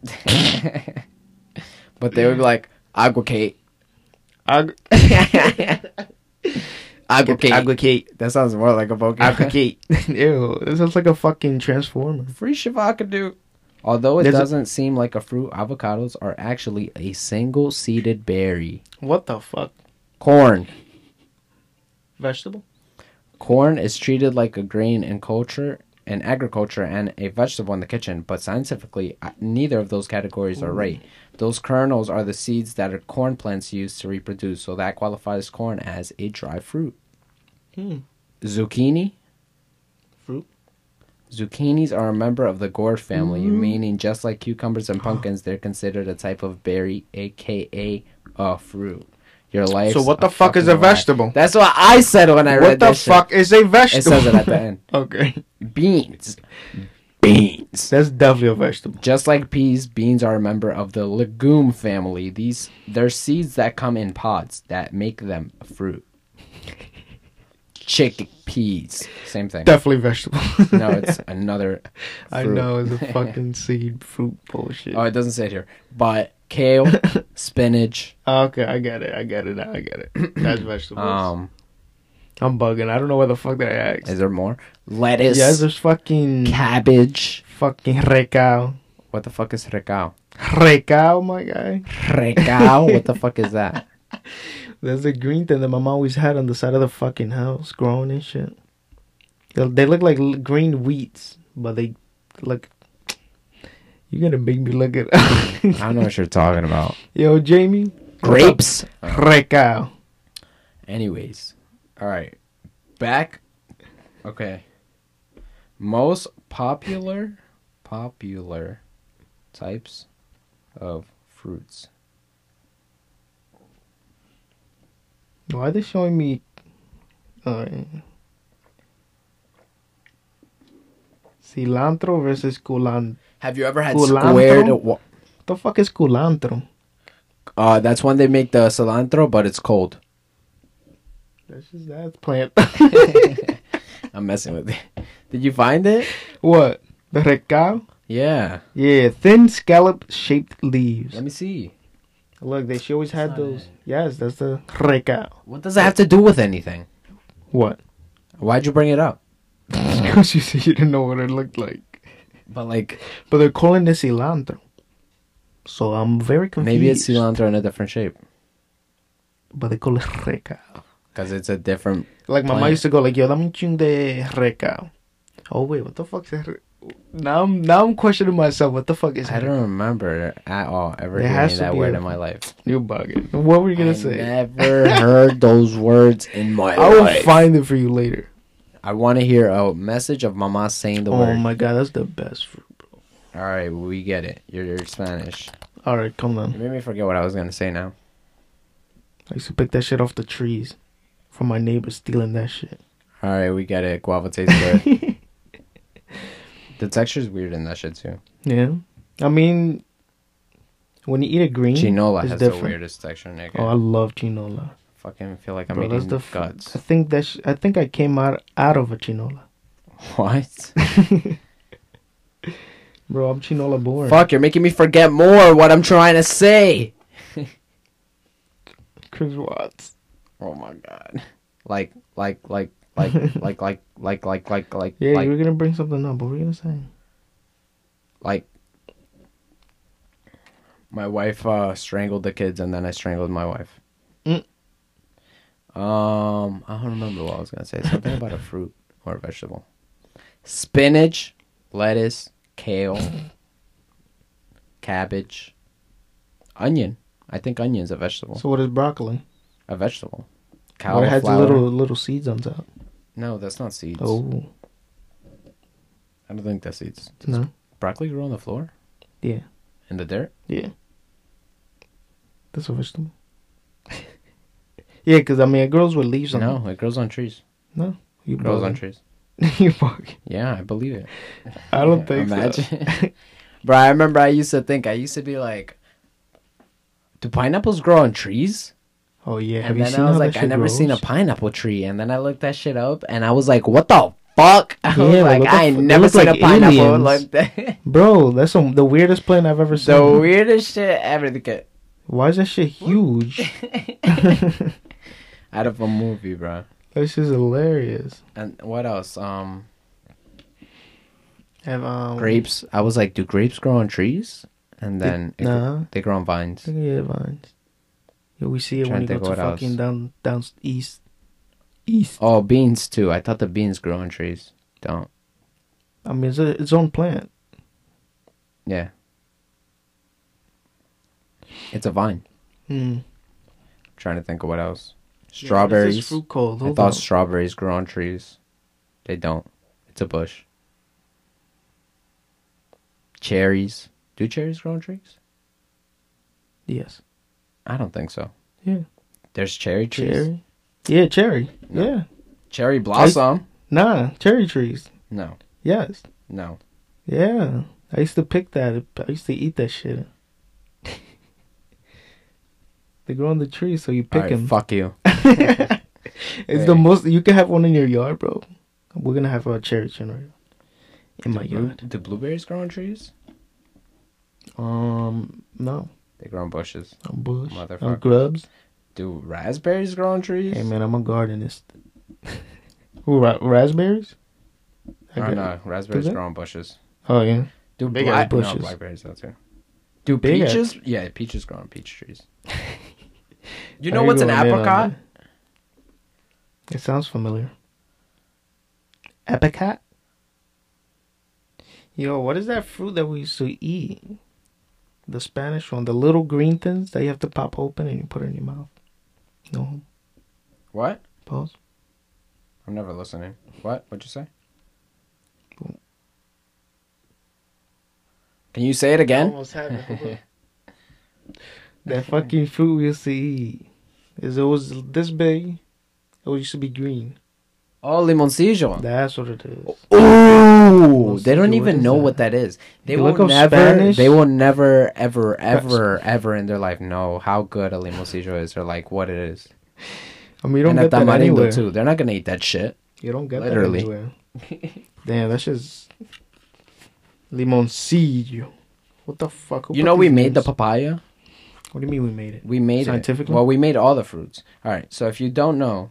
B: but they would be like, Aguacate.
A: Ag-
B: Aguacate.
A: Aguacate.
B: That sounds more like a Pokemon.
A: Aguacate. Ew, that sounds like a fucking transformer.
B: Free Shivakadu. Although it
A: There's a-
B: doesn't seem like a fruit, avocados are actually a single seeded berry.
A: What the fuck?
B: Corn.
A: Vegetable?
B: Corn is treated like a grain in culture, in agriculture, and a vegetable in the kitchen, but scientifically, uh, neither of those categories are right. Those kernels are the seeds that are corn plants use to reproduce, so that qualifies corn as a dry fruit.
A: Hmm.
B: Zucchini.
A: Fruit?
B: Zucchinis are a member of the gourd family, meaning just like cucumbers and pumpkins, they're considered a type of berry, aka a fruit. Your life.
A: So what the fuck is a vegetable?
B: That's what I said when I
A: what
B: read
A: the
B: this.
A: fuck is a vegetable?
B: Shit. It says it at the end.
A: okay.
B: Beans. Beans.
A: That's definitely a vegetable.
B: Just like peas, beans are a member of the legume family. These they're seeds that come in pods that make them a fruit. Chickpeas. Same thing.
A: Definitely vegetable.
B: No, it's another
A: I
B: fruit.
A: know it's a fucking seed fruit bullshit.
B: Oh, it doesn't say it here. But kale, spinach,
A: Okay, I get it. I get it. now, I get it. That's vegetables.
B: um,
A: I'm bugging. I don't know why the fuck that I asked.
B: is there more? Lettuce,
A: Yes, there's fucking
B: cabbage.
A: fucking recao.
B: What the fuck is recao?
A: Recao, my guy.
B: Recao? what the fuck is that?
A: That's the green thing that my mom always had on the side of the fucking house, growing and shit. They, they look like l- green weeds, but they look. You're gonna make me look it
B: I
A: up.
B: don't know what you're talking about.
A: Yo, Jamie.
B: Grapes.
A: Recao.
B: Anyways, all right, back. Okay. Most popular, popular types of fruits.
A: Why are they showing me? Alright. cilantro versus culantro.
B: Have you ever had
A: Culantro?
B: squared? Wa-
A: The fuck is culantro?
B: uh, that's when they make the cilantro, but it's cold.
A: That's just that plant.
B: I'm messing with it. Did you find it?
A: what? The recao?
B: Yeah.
A: Yeah, thin scallop shaped leaves.
B: Let me see.
A: Look, they she always had
B: That's not
A: those. Yes, that's the recao.
B: What does that have to do with anything?
A: What?
B: Why'd you bring it up?
A: Because you said you didn't know what it looked like.
B: But like,
A: But they're calling it cilantro. So I'm very confused.
B: maybe it's cilantro in a different shape
A: But they call it recao.
B: because it's a different.
A: Like my mom
B: Plant.
A: used to go like, yo, dame un ching de recao. Oh wait, what the fuck is re- now? I'm now I'm questioning myself. What the fuck is
B: I don't remember at all ever
A: There has
B: hearing
A: to
B: that
A: be
B: word
A: a-
B: in my life.
A: You bugging. What were you gonna
B: I
A: say?
B: never heard those words in my
A: I will
B: life.
A: find it for you later.
B: I want to hear a message of Mama saying the
A: oh
B: word.
A: my god, that's the best. Fruit.
B: All right, we get it. You're, you're Spanish.
A: All right, come on.
B: You made me forget what I was gonna say now.
A: I used to pick that shit off the trees from my neighbor stealing that shit.
B: All right, we get it. Guava tastes good. the texture's weird in that shit too.
A: Yeah, I mean, when you eat a green,
B: Chinola
A: Hmm? it's
B: has
A: different.
B: the weirdest texture, nigga.
A: Oh, I love chinola.
B: fucking feel like I'm
A: Bro, that's
B: eating
A: the f-
B: guts.
A: I think that sh- I think I came out out of a chinola,
B: what?
A: bro. I'm chinola born.
B: Fuck, you're making me forget more what I'm trying to say.
A: Chris Watts.
B: Oh my god. Like, like, like, like, like, like, like, like, like, like,
A: Yeah,
B: like,
A: you were gonna bring something up. What were you gonna say?
B: like. My wife uh, strangled the kids, and then I strangled my wife.
A: Mm.
B: Um, I don't remember what I was gonna say. Something about a fruit or a vegetable. Spinach, lettuce, kale, cabbage, onion. I think onion's a vegetable.
A: So what is broccoli?
B: a vegetable.
A: Well, it has
B: Cauliflower.
A: little little seeds on top.
B: No, that's not seeds.
A: Oh
B: I don't think that's seeds. Does
A: no,
B: broccoli grow on the floor?
A: yeah,
B: In the dirt?
A: yeah. That's a vegetable. yeah, because I mean, it grows with leaves on
B: No, it grows on trees.
A: No, you
B: It grows on
A: bugging.
B: trees.
A: you bugging.
B: Yeah, I believe it.
A: I don't think so.
B: Imagine. Bro, I remember I used to think I used to be like, do pineapples grow on trees?
A: Oh yeah, have
B: and
A: you
B: then
A: seen
B: I
A: how
B: was
A: that
B: like, I
A: shit
B: never seen a
A: grows?
B: pineapple tree. And then I looked that shit up, and I was like, what the fuck? I was
A: Yeah, but
B: like,
A: what the
B: I ain't
A: fu- they
B: never
A: look
B: seen
A: like
B: a pineapple
A: aliens.
B: like that.
A: Bro, that's some, the weirdest plant I've ever seen.
B: the weirdest shit ever to get
A: Why is that shit huge?
B: out of a movie, bro.
A: This is hilarious.
B: And what else? Um,
A: Have um
B: grapes. I was like, do grapes grow on trees? And then it gr-
A: nah.
B: they grow on vines.
A: Look at the vines. Yeah, we see it
B: I'm
A: when
B: trying
A: you go
B: to think
A: to
B: what else.
A: fucking down down east. East.
B: Oh, beans too. I thought the beans grew on trees. Don't.
A: I mean, it's a, its own plant.
B: Yeah. It's a vine.
A: Hmm.
B: trying to think of what
A: Yeah,
B: else.
A: what is
B: Strawberries.
A: this fruit called?
B: I
A: Hold
B: thought
A: on.
B: strawberries grow on trees. They don't. It's a bush. Cherries. Do cherries grow on trees?
A: yes.
B: I don't think so.
A: Yeah.
B: There's cherry trees. Cherry,
A: Cherry. Yeah, cherry.
B: No.
A: Yeah.
B: blossom.
A: Nah, cherry trees.
B: No.
A: Yes.
B: No.
A: Yeah. I used to pick that. I used to eat that shit. they grow on the tree, so you pick
B: Alright,
A: them.
B: fuck you.
A: It's the
B: Hey.
A: most. You can have one in your yard, bro. We're gonna have a cherry tree in our yard. In Oh my
B: do, blue-
A: yard.
B: do blueberries grow on trees?
A: Um, no,
B: They grow on bushes.
A: I'm bush. I'm
B: Motherfuckers.
A: grubs.
B: Do raspberries grow on trees?
A: Hey man, I'm a gardenist. Who ra- raspberries? I
B: Or
A: got-
B: no, raspberries
A: they?
B: grow on bushes.
A: Oh yeah.
B: Do
A: Big
B: bla-
A: ass bushes.
B: No, blackberries though too. Do
A: Big ass-
B: peaches? Yeah, peaches grow on peach trees. you
A: Are
B: know what's an
A: going in on
B: apricot?
A: that? It sounds familiar. Apricot. Yo, what is that fruit that we used to eat? The Spanish one, the little green things that you have to pop open and you put it in your mouth. No
B: What?
A: pause.
B: I'm never listening. What? What'd you say? Can you say it again?
A: Almost had it. that fucking fruit we used to eat is it was this big. It used to be green.
B: Oh, limoncillo.
A: That's what it is.
B: Oh,
A: Limoncillo,
B: they don't
A: what
B: even
A: is
B: know
A: that?
B: what that is. They
A: You
B: will
A: look up
B: never.
A: Spanish?
B: They will never, ever, ever, ever in their life know how good a limoncillo is or like what it is.
A: I mean, you don't
B: And at
A: get
B: that
A: that anywhere.
B: too. They're not gonna eat that shit.
A: You don't get
B: Literally.
A: that anywhere. Damn, that's just limoncillo. What the fuck? Who
B: You
A: put
B: know, we
A: these
B: made the
A: names?
B: papaya.
A: what do you mean we made it?
B: We made
A: Scientifically?
B: It. Well, we made all the fruits. All right. So if you don't know,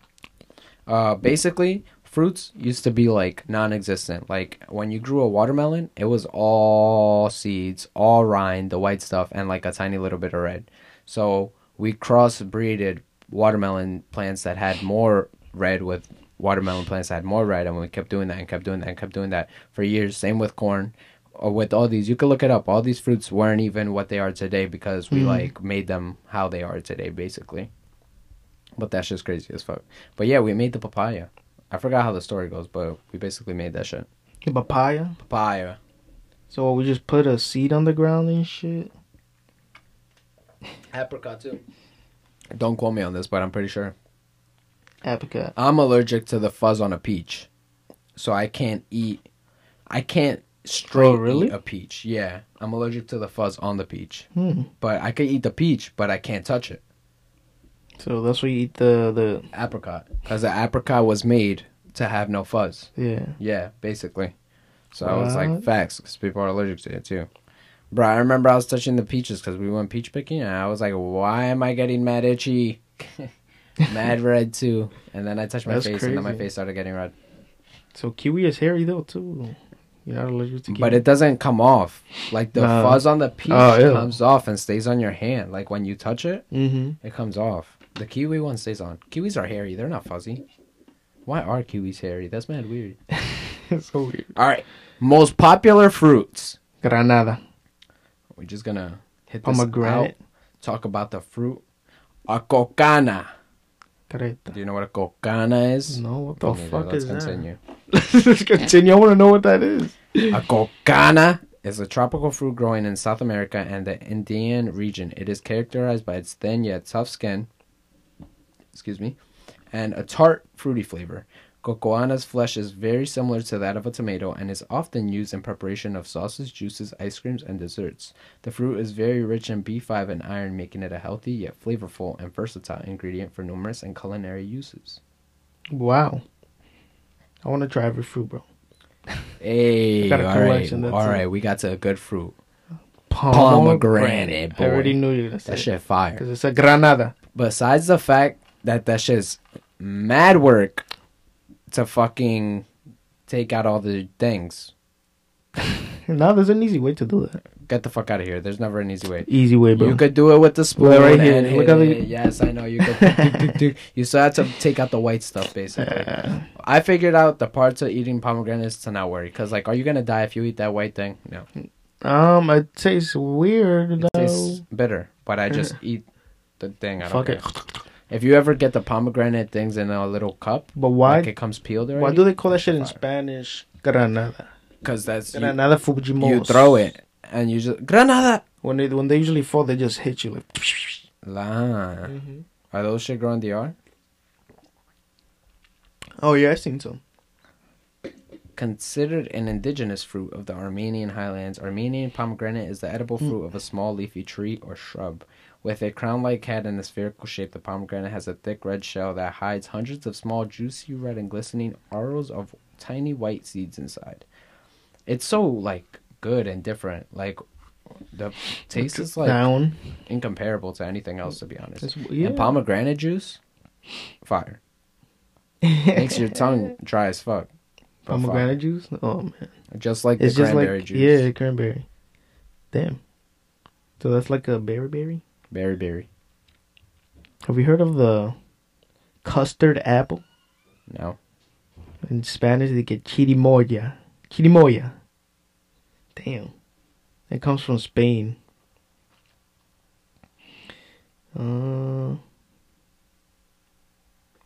B: uh, basically fruits used to be like non-existent. Like when you grew a watermelon, it was all seeds, all rind, the white stuff, and like a tiny little bit of red. So we crossbreeded watermelon plants that had more red with watermelon plants that had more red, and we kept doing that and kept doing that and kept doing that for years. Same with corn. Or with all these, you can look it up. All these fruits weren't even what they are today because we
A: Mm.
B: like made them how they are today, basically. But that's just crazy as fuck. But yeah, we made the papaya. I forgot how the story goes, but we basically made that shit.
A: The papaya.
B: Papaya.
A: So we just put a seed on the ground and shit.
B: Apricot too. Don't quote me on this, but I'm pretty sure.
A: Apricot.
B: I'm allergic to the fuzz on a peach. So I can't eat I can't straight
A: Oh, really?
B: eat a peach. Yeah. I'm allergic to the fuzz on the peach.
A: Hmm.
B: But I could eat the peach, but I can't touch it.
A: So that's why you eat the
B: Apricot. Because the apricot was made to have no fuzz.
A: the yeah.
B: Yeah, basically. So I was
A: What?
B: like, facts, because people are allergic to it too. Bro, I remember I was touching the peaches because we went peach picking, and I was like, why am I getting mad itchy? mad red too. And then I touched my
A: That's
B: face, and then my
A: crazy.
B: face started getting red.
A: So kiwi is hairy though too. You're not allergic to kiwi.
B: But it doesn't come off. Like the
A: Nah.
B: fuzz on the peach
A: Oh, ew.
B: comes off and stays on your hand. Like when you touch it,
A: Mm-hmm.
B: it comes off. The kiwi one stays on. Kiwis are hairy, they're not fuzzy. Why are kiwis hairy? That's mad weird.
A: it's so weird.
B: All right. Most popular fruits.
A: Granada.
B: We're just gonna hit this
A: Pomegranate.
B: out. Talk about the fruit. A cocana. Do
A: Careta.
B: you know what a cocana is?
A: No, what the
B: Me neither.
A: fuck
B: Oh Let's
A: is
B: continue.
A: that? Let's continue. I want to know what that is.
B: A cocana is a tropical fruit growing in South America and the Andean region. It is characterized by its thin yet tough skin, excuse me, and a tart, fruity flavor. Cocoana's flesh is very similar to that of a tomato and is often used in preparation of sauces, juices, ice creams, and desserts. The fruit is very rich in B5 and iron, making it a healthy yet flavorful and versatile ingredient for numerous and culinary uses.
A: Wow. I want to try every fruit, bro.
B: Hey, all
A: Got a
B: right,
A: collection,
B: all
A: that's it.
B: right, we got to a good fruit. Pomegranate,
A: I already
B: boy.
A: knew you were going to say
B: That shit fire.
A: Because it's a granada.
B: Besides the fact that that shit's mad work to fucking take out all the things.
A: No, there's an easy way to do that.
B: Get the fuck out of here. There's never an easy way.
A: Easy way, bro.
B: You could do it with the spoon.
A: Look right here.
B: and
A: Look
B: hit
A: at the-
B: it. Yes, I know. You could. you still had to take out the white stuff, basically. I figured out the part to eating pomegranates to not worry. Because, like, are you going to die if you eat that white thing? No.
A: Um, it tastes weird
B: It
A: though.
B: tastes bitter, but I just eat the thing. I don't
A: Fuck
B: care.
A: it.
B: If you ever get the pomegranate things in a little cup,
A: But why?
B: like it comes peeled already.
A: why do they call that shit in Spanish? Granada.
B: Because that's you,
A: Granada Fujimos.
B: you throw it and you just granada.
A: when they when they usually fall. They just hit you like.
B: La.
A: Mm-hmm.
B: Are those shit growing the yard?
A: Oh yeah, I've seen some.
B: Considered an indigenous fruit of the Armenian highlands, Armenian pomegranate is the edible fruit of a small leafy tree or shrub. With a crown like head and a spherical shape, the pomegranate has a thick red shell that hides hundreds of small, juicy, red, and glistening arrows of tiny white seeds inside. It's so, like, good and different. Like, the taste is, like,
A: down.
B: incomparable to anything else, to be honest.
A: It's- yeah.
B: And pomegranate juice, fire. Makes your tongue dry as fuck. but fire.
A: Pomegranate juice. Oh man,
B: Just like
A: it's
B: the
A: just
B: cranberry
A: like
B: juice.
A: yeah, cranberry. Damn. So that's like a berry berry.
B: Berry berry.
A: Have you heard of the custard apple
B: No.
A: in Spanish? They get chirimoya. Chirimoya. Damn. It comes from Spain. Uh,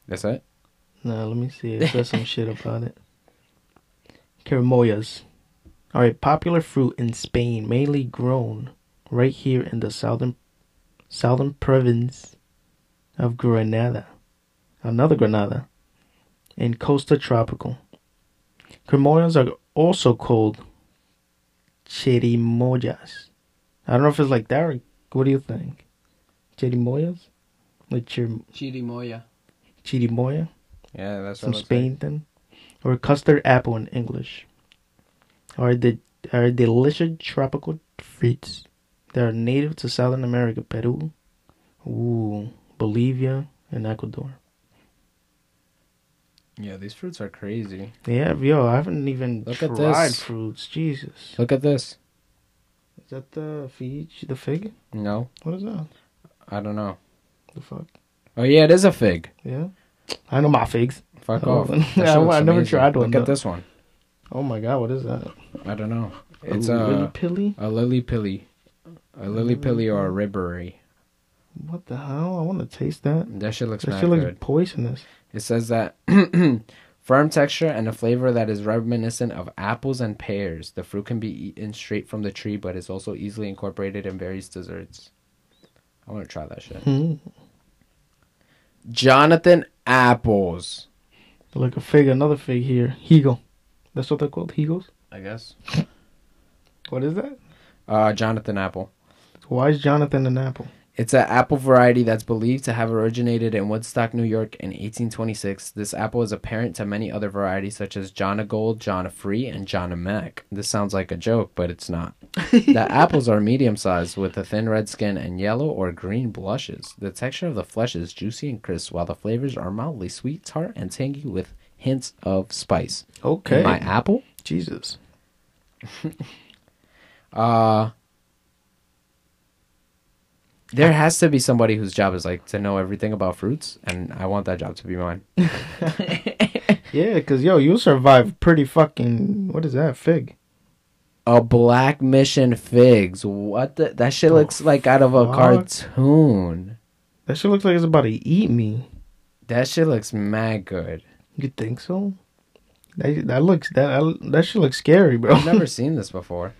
B: That's it?
A: No, let me see. It says some shit about it. Carimoyas are a popular fruit in Spain, mainly grown right here in the southern southern province of Granada. Another Granada. In Costa Tropical. Carimoyas are also called chirimoyas. I don't know if it's like that or what do you think? Chirimoyas? Like chir-
B: Chirimoya.
A: chirimoya?
B: Yeah, that's
A: from
B: what
A: Spain
B: Spain.
A: then, or custard apple in English, are the are delicious tropical fruits that are native to Southern America, Peru, ooh, Bolivia, and Ecuador.
B: Yeah, these fruits are crazy.
A: Yeah, yo, I haven't even
B: Look at
A: tried
B: this.
A: fruits. Jesus,
B: Look at this.
A: is that the fig? The fig?
B: No,
A: What is that?
B: I don't know.
A: The fuck?
B: Oh yeah, it is a fig.
A: Yeah, I know my figs.
B: Fuck
A: Oh,
B: off.
A: I
B: That shit looks
A: never
B: amazing.
A: tried one,
B: Look at
A: though.
B: this one.
A: Oh my god, what is that?
B: I don't know. It's uh,
A: Ooh,
B: a
A: lily pilly.
B: a lily pilly, a lily pilly or a ribbery.
A: What the hell? I want to taste that.
B: That shit looks
A: That
B: mad
A: shit looks
B: good.
A: poisonous.
B: It says that firm texture and a flavor that is reminiscent of apples and pears. The fruit can be eaten straight from the tree, but is also easily incorporated in various desserts. I want to try that shit.
A: Hmm.
B: Jonathan apples.
A: Like a fig, another fig here. Higo. That's what they're called, higos?
B: I guess.
A: What is that?
B: Uh, Jonathan apple.
A: Why is Jonathan an apple?
B: It's an apple variety that's believed to have originated in Woodstock, New York in 1826. This apple is a parent to many other varieties such as John Gold, John Free, and John Mac. This sounds like a joke, but it's not. the apples are medium sized with a thin red skin and yellow or green blushes. The texture of the flesh is juicy and crisp, while the flavors are mildly sweet, tart, and tangy with hints of spice.
A: Okay.
B: My apple?
A: Jesus.
B: Uh there has to be somebody whose job is like to know everything about fruits, and I want that job to be mine.
A: Yeah, because, yo, you survived pretty fucking. What is that? Fig.
B: A black mission figs. What the? That shit looks like out of a
A: fuck.
B: cartoon.
A: That shit looks like it's about to eat me.
B: That shit looks mad good.
A: You think so? That, that looks. That, that shit looks scary, bro.
B: I've never seen this before.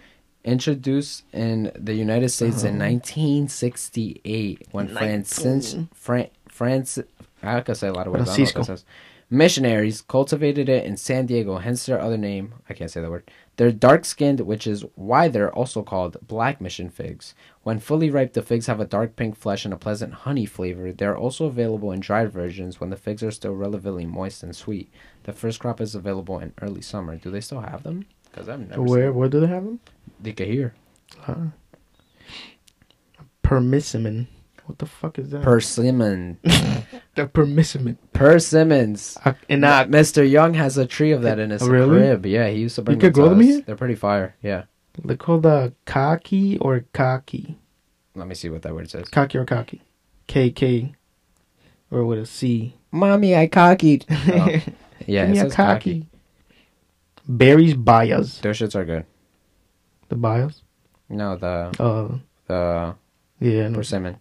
B: Introduced in the United States in
A: Uh-huh.
B: 1968 when Francis, Fran, Francis, I could say a lot of words. I don't know what that
A: Francisco.
B: says. Missionaries cultivated it in San Diego, hence their other name. I can't say that word. They're dark skinned, which is why they're also called black mission figs. When fully ripe, the figs have a dark pink flesh and a pleasant honey flavor. They are also available in dried versions when the figs are still relatively moist and sweet. The first crop is available in early summer. Do they still have them? Because I've never seen
A: Where where do they have them?
B: they could hear.
A: Uh, Permissimin. What the fuck is that?
B: Persimmon.
A: the permissimin.
B: Persimmons.
A: I, and I,
B: Nah, Mr. Young has a tree of that in his
A: Oh, really?
B: crib. Yeah, he used to bring
A: could
B: them to
A: grow them
B: us.
A: here?
B: They're pretty fire. Yeah.
A: they call the kaki or kaki.
B: Let me see what that word says.
A: Kaki or kaki. KK. Or with a C.
B: Mommy, I cocky. Oh. Yeah,
A: Give
B: it
A: me a
B: says cocky.
A: Berries bias.
B: Those shits are good.
A: The bias.
B: No, the
A: Uh,
B: the
A: yeah. no.
B: persimmon.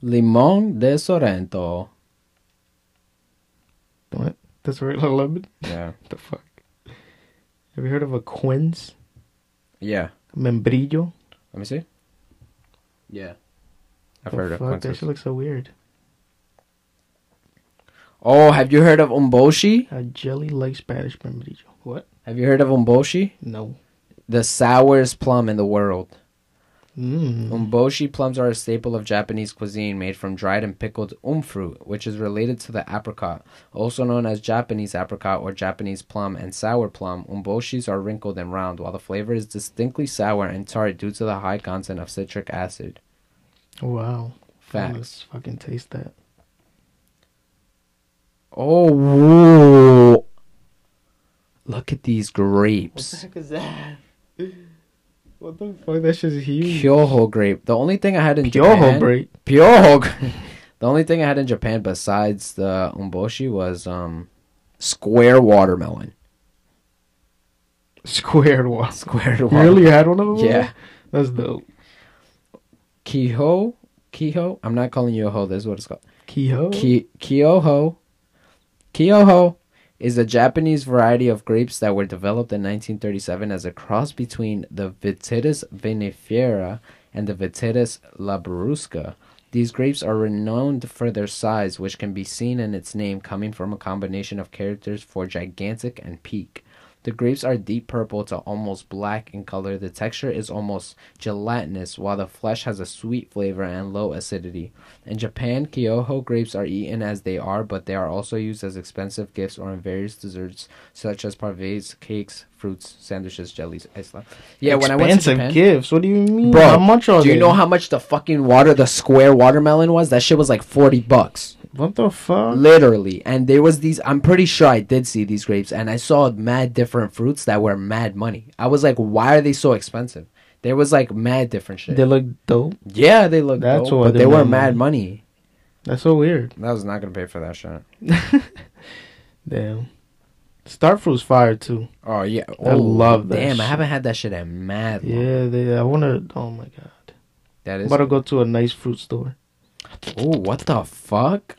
B: Limon de Sorrento.
A: What? That's right. Lemon.
B: Yeah.
A: What the fuck? Have you heard of a quince?
B: Yeah.
A: Membrillo.
B: Let me see. Yeah. I've
A: The
B: heard of
A: fuck? That
B: quinces.
A: shit looks so weird.
B: Oh, have you heard of umboshi?
A: A jelly like Spanish membrillo. What?
B: Have you heard of umboshi?
A: No.
B: The sourest plum in the world.
A: Mm.
B: Umboshi plums are a staple of Japanese cuisine made from dried and pickled um fruit, which is related to the apricot, also known as Japanese apricot or Japanese plum and sour plum. Umboshis are wrinkled and round, while the flavor is distinctly sour and tart due to the high content of citric acid.
A: Wow.
B: Facts.
A: Let's fucking taste that.
B: Oh, whoa. Look at these grapes.
A: heck is that? What the fuck? That shit's huge.
B: Kyoho grape. The only thing I had in
A: Pyoho
B: Japan.
A: break.
B: Pyoho. gr- the only thing I had in Japan besides the umboshi was um square watermelon.
A: Squared one.
B: Square
A: You
B: watermelon.
A: really had one of those?
B: Yeah.
A: That's dope.
B: Kiho. Kiho. I'm not calling you a ho. This is what it's called.
A: Kehoe.
B: Ki- Kyoho. Kyoho is a Japanese variety of grapes that were developed in 1937 as a cross between the Vitis vinifera and the Vitis labrusca. These grapes are renowned for their size, which can be seen in its name coming from a combination of characters for gigantic and peak. The grapes are deep purple to almost black in color. The texture is almost gelatinous, while the flesh has a sweet flavor and low acidity. In Japan, Kyoho grapes are eaten as they are, but they are also used as expensive gifts or in various desserts such as parfaits, cakes, fruits, sandwiches, jellies, etc. Yeah, when I went to
A: Expensive
B: Japan,
A: gifts. What do you mean?
B: Bro,
A: how much are
B: do you
A: they?
B: know how much the fucking water, the square watermelon was? That shit was like forty bucks,
A: What the fuck?
B: literally. And there was these. I'm pretty sure I did see these grapes, and I saw mad different fruits that were mad money. I was like, why are they so expensive? There was like mad different shit.
A: They look dope.
B: yeah, they looked
A: That's
B: dope,
A: why
B: but
A: they're
B: they were
A: mad
B: mad money.
A: That's so weird.
B: I was not gonna pay for that shit.
A: Damn. Starfruit's fire too.
B: Oh yeah,
A: I
B: Oh,
A: love that
B: Damn, I
A: shit.
B: haven't had that shit in mad. long.
A: Yeah, they. I wanna. Oh my god.
B: that
A: I'm
B: is.
A: about to go to a nice fruit store.
B: Oh, what the fuck?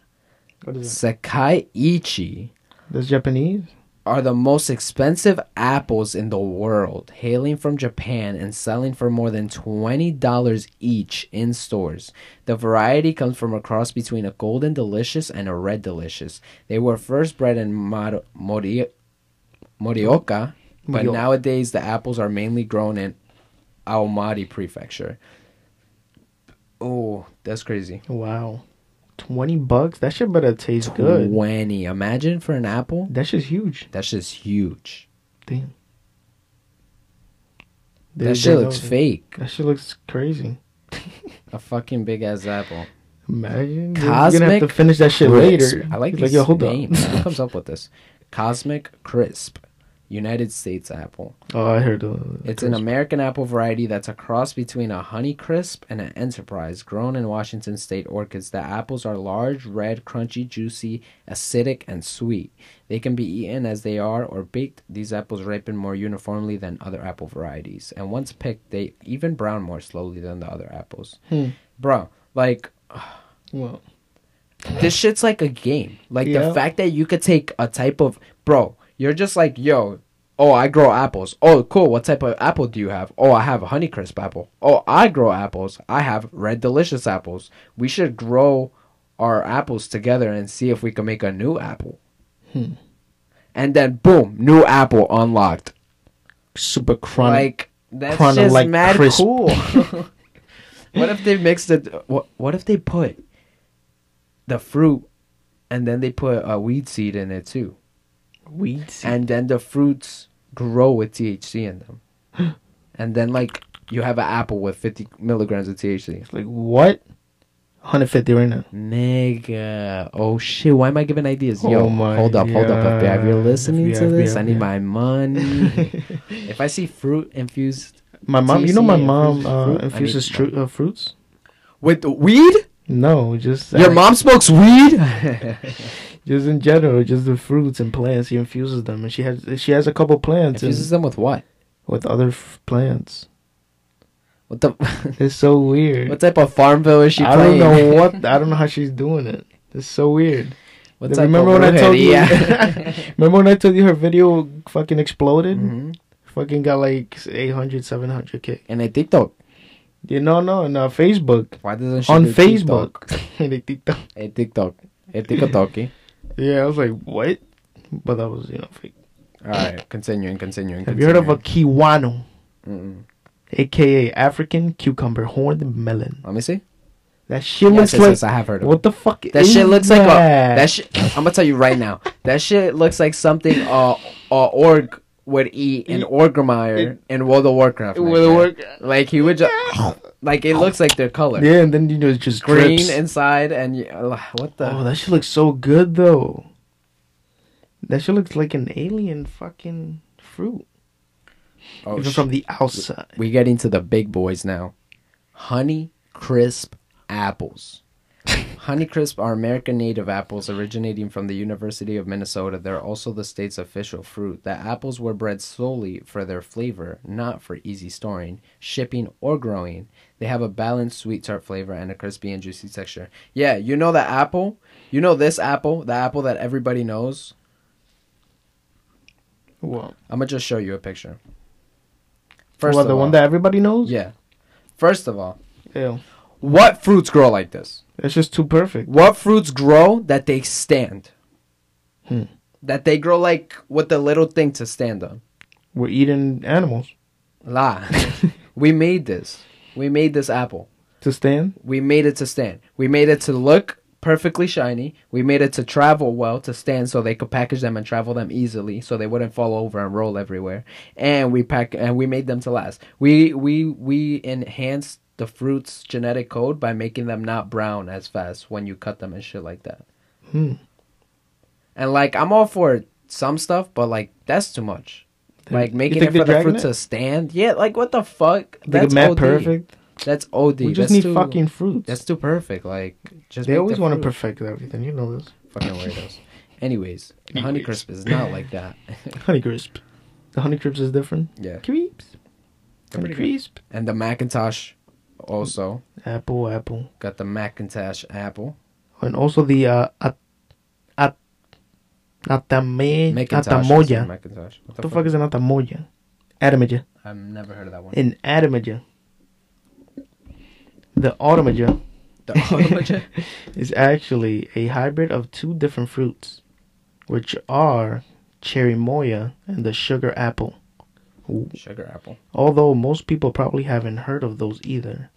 A: What is
B: Sakai Ichi.
A: That's Japanese.
B: are the most expensive apples in the world, hailing from Japan and selling for more than $20 each in stores. The variety comes from a cross between a golden delicious and a red delicious. They were first bred in Mar- Mori- Morioka, but
A: Morioka.
B: nowadays the apples are mainly grown in Aomori Prefecture. Oh, that's crazy.
A: Wow. Twenty bucks. That shit better taste good.
B: 20. Imagine for an apple.
A: That shit's huge.
B: That's just huge.
A: Damn. They-
B: That
A: they
B: shit
A: know
B: looks
A: that.
B: fake.
A: That shit looks crazy.
B: A fucking big ass apple.
A: Imagine you're gonna have to
B: Cosmic
A: finish that shit
B: Crisp.
A: later.
B: I like
A: He's
B: these
A: "Yo, hold up."
B: names. Who comes up with this? Cosmic Crisp, United States apple.
A: Oh, I heard. Uh,
B: It's an American apple variety that's a cross between a honey crisp and an enterprise. Grown in Washington state orchids, the apples are large, red, crunchy, juicy, acidic, and sweet. They can be eaten as they are or baked. These apples ripen more uniformly than other apple varieties, and once picked, they even brown more slowly than the other apples.
A: Hmm.
B: Bro, like
A: Well,
B: this shit's like a game. Like the
A: Yeah.
B: fact that you could take a type of bro, you're just like, yo, Oh, I grow apples. Oh, cool. What type of apple do you have? Oh, I have a Honeycrisp apple. Oh, I grow apples. I have Red Delicious apples. We should grow our apples together and see if we can make a new apple.
A: Hmm.
B: And then boom, new apple unlocked.
A: Super chronic.
B: like that's
A: chrono-
B: just
A: like
B: mad
A: crisp.
B: cool. what if they mixed it? What What if they put the fruit and then they put a weed seed in it too?
A: weeds.
B: and then the fruits grow with THC in them, and then like you have an apple with fifty milligrams of THC.
A: like what? 150 right now.
B: Nigga, oh shit! Why am I giving ideas? Yo,
A: Oh my
B: hold up, hold up, FBI! If you're
A: God.
B: listening to
A: FBI,
B: this, I need
A: yeah.
B: my money. if I see fruit infused
A: My mom, you know, my
B: THC
A: mom
B: infused
A: uh,
B: fruit? I
A: infuses
B: mean-
A: tru- uh, fruits.
B: with weed,
A: No, just
B: your
A: I-
B: mom smokes weed.
A: Just in general, just the fruits and plants. She infuses them, and she has she has a couple plants and-
B: Infuses them with what?
A: with other f- plants.
B: What the?
A: It's so weird.
B: what type of Farmville is she
A: I don't
B: playing?
A: know what I don't know how she's doing it. It's so weird.
B: What
A: Then
B: type
A: remember
B: of
A: when I told you-
B: brujeria?
A: Remember when I told you her video fucking exploded?
B: Mhm.
A: Fucking got like 800, 700 k.
B: And I think though,
A: You know, no, no, Facebook
B: why doesn't she
A: on
B: do TikTok?
A: Facebook. Like, TikTok.
B: Hey, TikTok. Hey, TikTok. All
A: yeah, I was like, what? But that was you know fake.
B: right, continuing, continuing.
A: Have you heard of a kiwano,
B: Mm-mm.
A: aka African cucumber horned melon?
B: Let me see.
A: That shit
B: Yes,
A: looks
B: yes,
A: like
B: yes, I have heard of it.
A: What the fuck?
B: That
A: is
B: shit looks like a.
A: that?
B: That shit. I'm gonna tell you right now. That shit looks like something uh, uh org would eat in
A: It-
B: Orgrimmar
A: it-
B: in World of Warcraft. my
A: Will it
B: friend.
A: work?
B: Like he would just. Like it looks like their color.
A: Yeah, and then you know it just
B: Green
A: drips.
B: inside and you, uh, what the?
A: oh, that shit looks so good though. That shit looks like an alien fucking fruit,
B: Oh,
A: even
B: sh-
A: from the outside.
B: we get into the big boys now. Honey crisp apples. Honey crisp are American native apples originating from the University of Minnesota. They're also the state's official fruit. The apples were bred solely for their flavor, not for easy storing, shipping, or growing. They have a balanced sweet tart flavor and a crispy and juicy texture. Yeah, you know the apple? You know this apple? The apple that everybody knows?
A: Well,
B: I'm going to just show you a picture.
A: First well, the
B: of all-
A: one that everybody knows.
B: Yeah. First of all,
A: Ew.
B: What fruits grow like this?
A: that's just too perfect.
B: What fruits grow that they stand?
A: Hmm.
B: That they grow like with a little thing to stand on.
A: We're eating animals
B: La. we made this. We made this apple.
A: to stand.
B: We made it to stand. We made it to look perfectly shiny. We made it to travel well to stand so they could package them and travel them easily so they wouldn't fall over and roll everywhere. And we pack and we made them to last. We we we enhanced the fruit's genetic code by making them not brown as fast when you cut them and shit like that.
A: Hmm.
B: And like I'm all for some stuff, but like that's too much.
A: Think-
B: Like
A: you
B: making
A: think
B: it for
A: they're
B: the fruit
A: dragging it?
B: to stand. Yeah, like what the fuck?
A: They get mad perfect.
B: That's OD.
A: We just
B: That's
A: need
B: too-
A: fucking fruits.
B: that's too perfect. Like, just
A: they
B: make
A: always
B: the
A: want to
B: fruit
A: perfect everything. You know this.
B: fucking weirdos. Anyways, the
A: Anyways.
B: Honeycrisp is not like that.
A: Honeycrisp. The Honeycrisp is different.
B: yeah,
A: Creeps.
B: pretty good.
A: Honeycrisp.
B: and the Macintosh also
A: Apple, apple.
B: got the Macintosh apple.
A: and also the uh, at at Atame,
B: Macintosh, I said
A: Atamoya. What
B: Macintosh. What
A: the, fuck, is an Atamoya? Adamaja.
B: I've never heard of that one.
A: An Adamaja. The Automaja
B: The-
A: is actually a hybrid of two different fruits, which are cherry moya and the sugar apple. Ooh.
B: sugar apple.
A: Although most people probably haven't heard of those either.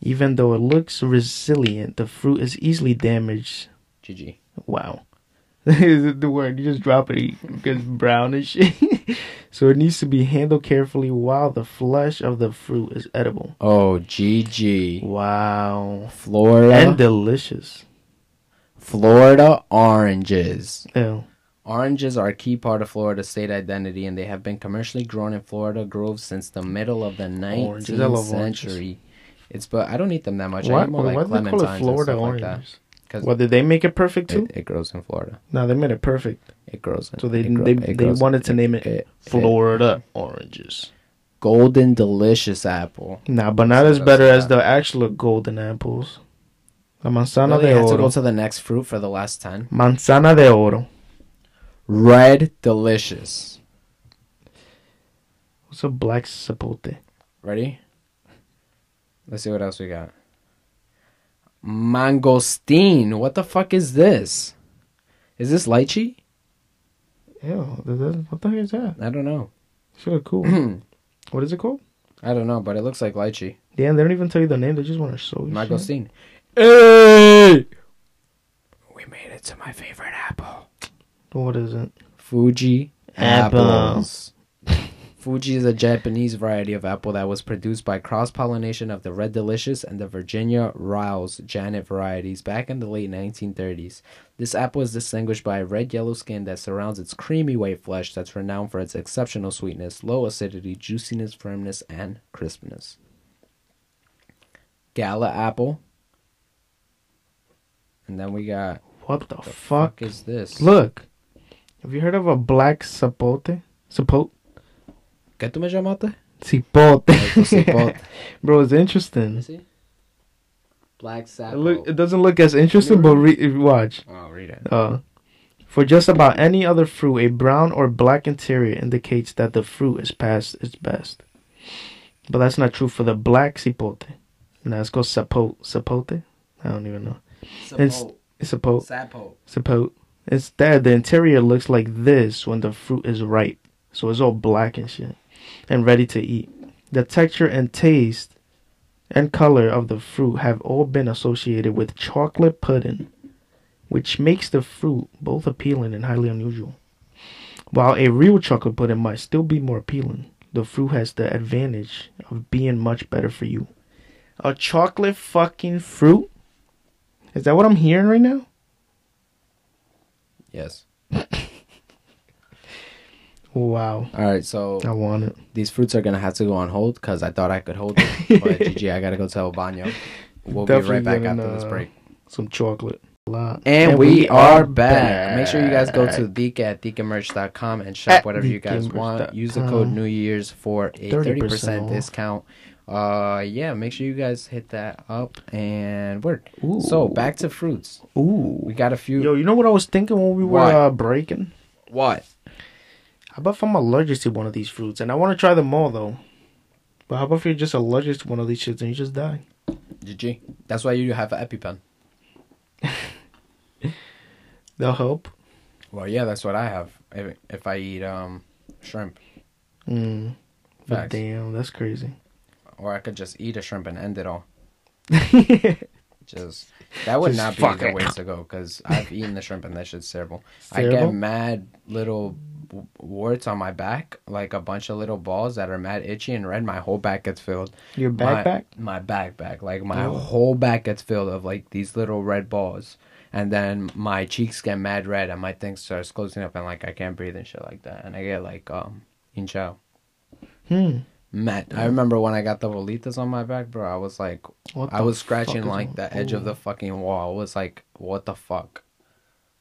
A: Even though it looks resilient, the fruit is easily damaged
B: GG.
A: Wow. Is it the word? You just drop it it gets brown and shit. so it needs to be handled carefully while the flesh of the fruit is edible.
B: Oh, GG.
A: Wow.
B: Florida.
A: And delicious.
B: Florida oranges.
A: Ew.
B: Oranges are a key part of Florida's state identity, and they have been commercially grown in Florida groves since the middle of the 19th
A: Oranges, I love
B: century. It's but I don't eat them that much. I
A: Why,
B: eat more
A: why,
B: like
A: do they call
B: clementines
A: it Florida
B: and stuff
A: orange?
B: like that.
A: well, did they make it perfect
B: Because
A: too?
B: it, it grows in Florida.
A: no, they made it perfect.
B: It grows. In,
A: So they
B: it grow-
A: they,
B: it
A: they
B: grows-
A: wanted to name it,
B: it-
A: Florida oranges.
B: golden delicious apple.
A: Nah, but not
B: So
A: as
B: that's
A: better as
B: bad.
A: the actual golden apples. La manzana
B: Really,
A: de
B: I had to go
A: oro.
B: to the next fruit for the last ten.
A: Manzana de oro.
B: Red delicious.
A: It's a black sapote.
B: Ready? Let's see what else we got. Mangosteen. What the fuck is this? Is this lychee?
A: Ew, that- that- what the heck is that?
B: I don't know.
A: It's really cool.
B: I
A: what is it called?
B: don't know, but it looks like lychee.
A: Yeah, they don't even tell you the name. They just want to show you. shit.
B: Mangosteen. Hey! We made it to my favorite apple.
A: What is it?
B: Fuji
A: Apple.
B: apples. Fuji is a Japanese variety of apple that was produced by cross pollination of the Red Delicious and the Virginia Riles Janet varieties back in the late 1930s. This apple is distinguished by a red yellow skin that surrounds its creamy white flesh that's renowned for its exceptional sweetness, low acidity, juiciness, firmness, and crispness. Gala apple. And then we got.
A: What the,
B: The
A: fuck?
B: fuck is this?
A: Look. Have you heard of a black sapote? Sapote?
B: ¿Qué tú me llamaste?
A: Cipote. Bro, it's interesting.
B: see. Black
A: It,
B: Sapo.
A: look, it doesn't look as interesting, but re- watch.
B: oh, read it.
A: Uh, for just about any other fruit, a brown or black interior indicates that the fruit is past its best. But that's not true for the black cipote. Now it's called sapote. Sapote? I don't even know. It's- It's sapote.
B: Sapo.
A: Suppose instead the interior looks like this when the fruit is ripe, so it's all black and shit, and ready to eat. The texture and taste and color of the fruit have all been associated with chocolate pudding, which makes the fruit both appealing and highly unusual. While a real chocolate pudding might still be more appealing, the fruit has the advantage of being much better for you. A chocolate fucking fruit? Is that what I'm hearing right now?
B: Yes.
A: Wow.
B: All right. So
A: I want it.
B: these fruits are gonna have to go on hold because I thought I could hold it, but GG, I gotta go to El Baño. We'll be
A: Definitely
B: right back
A: getting,
B: after this
A: uh,
B: break.
A: Some chocolate. A lot.
B: And, we, are back. Make sure you guys go to Deeka at DeekaMerch.com and shop
A: At
B: whatever you guys want.
A: DeekaMerch.com.
B: Use the code New Year's for a 30%,
A: 30% off.
B: discount. Uh, yeah, make sure you guys hit that up and word.
A: Ooh.
B: So back to fruits. We
A: Ooh.
B: got a few.
A: Yo, you know what I was thinking when we were
B: What?
A: uh, breaking?
B: What?
A: How about if I'm allergic to one of these fruits? And I want to try them all, though. But how about if you're just allergic to one of these shits and you just die?
B: GG. That's why you have an EpiPen.
A: They'll help.
B: Well, yeah, that's what I have. If, if I eat um shrimp,
A: Mm. But
B: Facts.
A: damn, that's crazy.
B: or I could just eat a shrimp and end it all.
A: It's
B: Just that would
A: Just
B: not be
A: fuck
B: the
A: it.
B: way to go because I've eaten the shrimp and that shit's terrible. I
A: terrible.
B: get mad little w- warts on my back, like a bunch of little balls that are mad itchy and red. My whole back gets filled.
A: Your backpack?
B: My, my backpack, like my
A: Oh.
B: whole back gets filled of like these little red balls, and then my cheeks get mad red and my thing starts closing up and like I can't breathe and shit like that, and I get like um inch out.
A: Hmm.
B: Mad. I remember when I got the bolitas on my back, bro. I was like,
A: What
B: I
A: the
B: was
A: fuck
B: scratching
A: is Oh,
B: like
A: on-
B: the edge of
A: Ooh.
B: the fucking wall. I was like, what the fuck?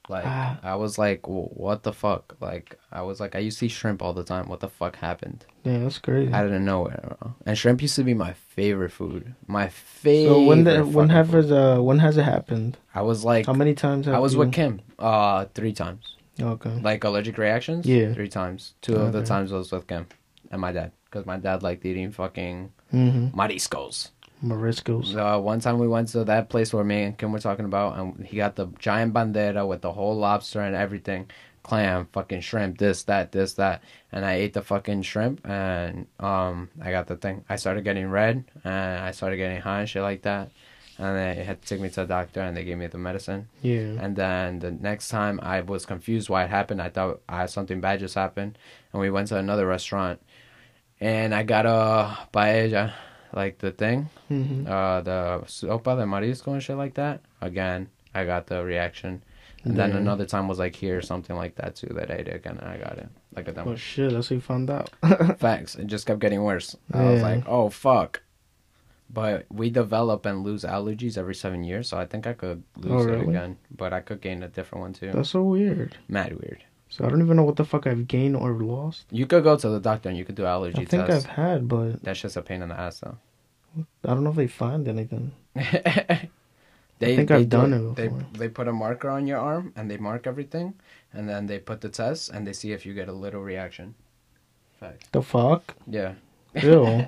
B: Like
A: Ah.
B: I was like, "Wh- what the fuck? Like I was like, I used to see shrimp all the time. What the fuck happened?
A: Yeah, that's crazy.
B: Out of nowhere. bro. And shrimp used to be my favorite food. My favorite.
A: So when the, when
B: fucking
A: have
B: food.
A: it, uh when has it happened?
B: I was like,
A: How many times have
B: I was
A: you...
B: with Kim, uh, three times.
A: Okay.
B: Like allergic reactions.
A: Yeah.
B: three times. Two of the
A: Okay.
B: times I was with Kim and my dad, because my dad liked eating fucking
A: Mm-hmm.
B: mariscos.
A: Mariscos.
B: Uh, one time we went to that place where me and Kim were talking about, and he got the giant bandera with the whole lobster and everything, clam, fucking shrimp, this, that, this, that, and I ate the fucking shrimp, and um, I got the thing. I started getting red, and I started getting high and shit like that, and they had to take me to the doctor, and they gave me the medicine,
A: Yeah.
B: and then the next time I was confused why it happened. I thought I, something bad just happened, and we went to another restaurant, and I got a paella, like the thing
A: Mm-hmm.
B: uh, the sopa de marisco and shit like that. Again, I got the reaction. And then
A: Yeah.
B: another time was like here or something like that too that I did again and I got it. Like a
A: Oh
B: dumb
A: shit, that's how you found out.
B: facts. It just kept getting worse. I was
A: Yeah.
B: like, oh fuck. But we develop and lose allergies every seven years, so I think I could lose
A: Oh,
B: it
A: really?
B: again. But I could gain a different one too.
A: That's so weird.
B: Mad weird.
A: So I don't even know what the fuck I've gained or lost.
B: You could go to the doctor and you could do allergy
A: I think
B: tests.
A: I've had, but
B: That's just a pain in the ass though.
A: I don't know if they find anything.
B: they,
A: think I've
B: do
A: done it before.
B: They, they put a marker on your arm and they mark everything, and then they put the test and they see if you get a little reaction. Facts.
A: The fuck?
B: Yeah.
A: Ew.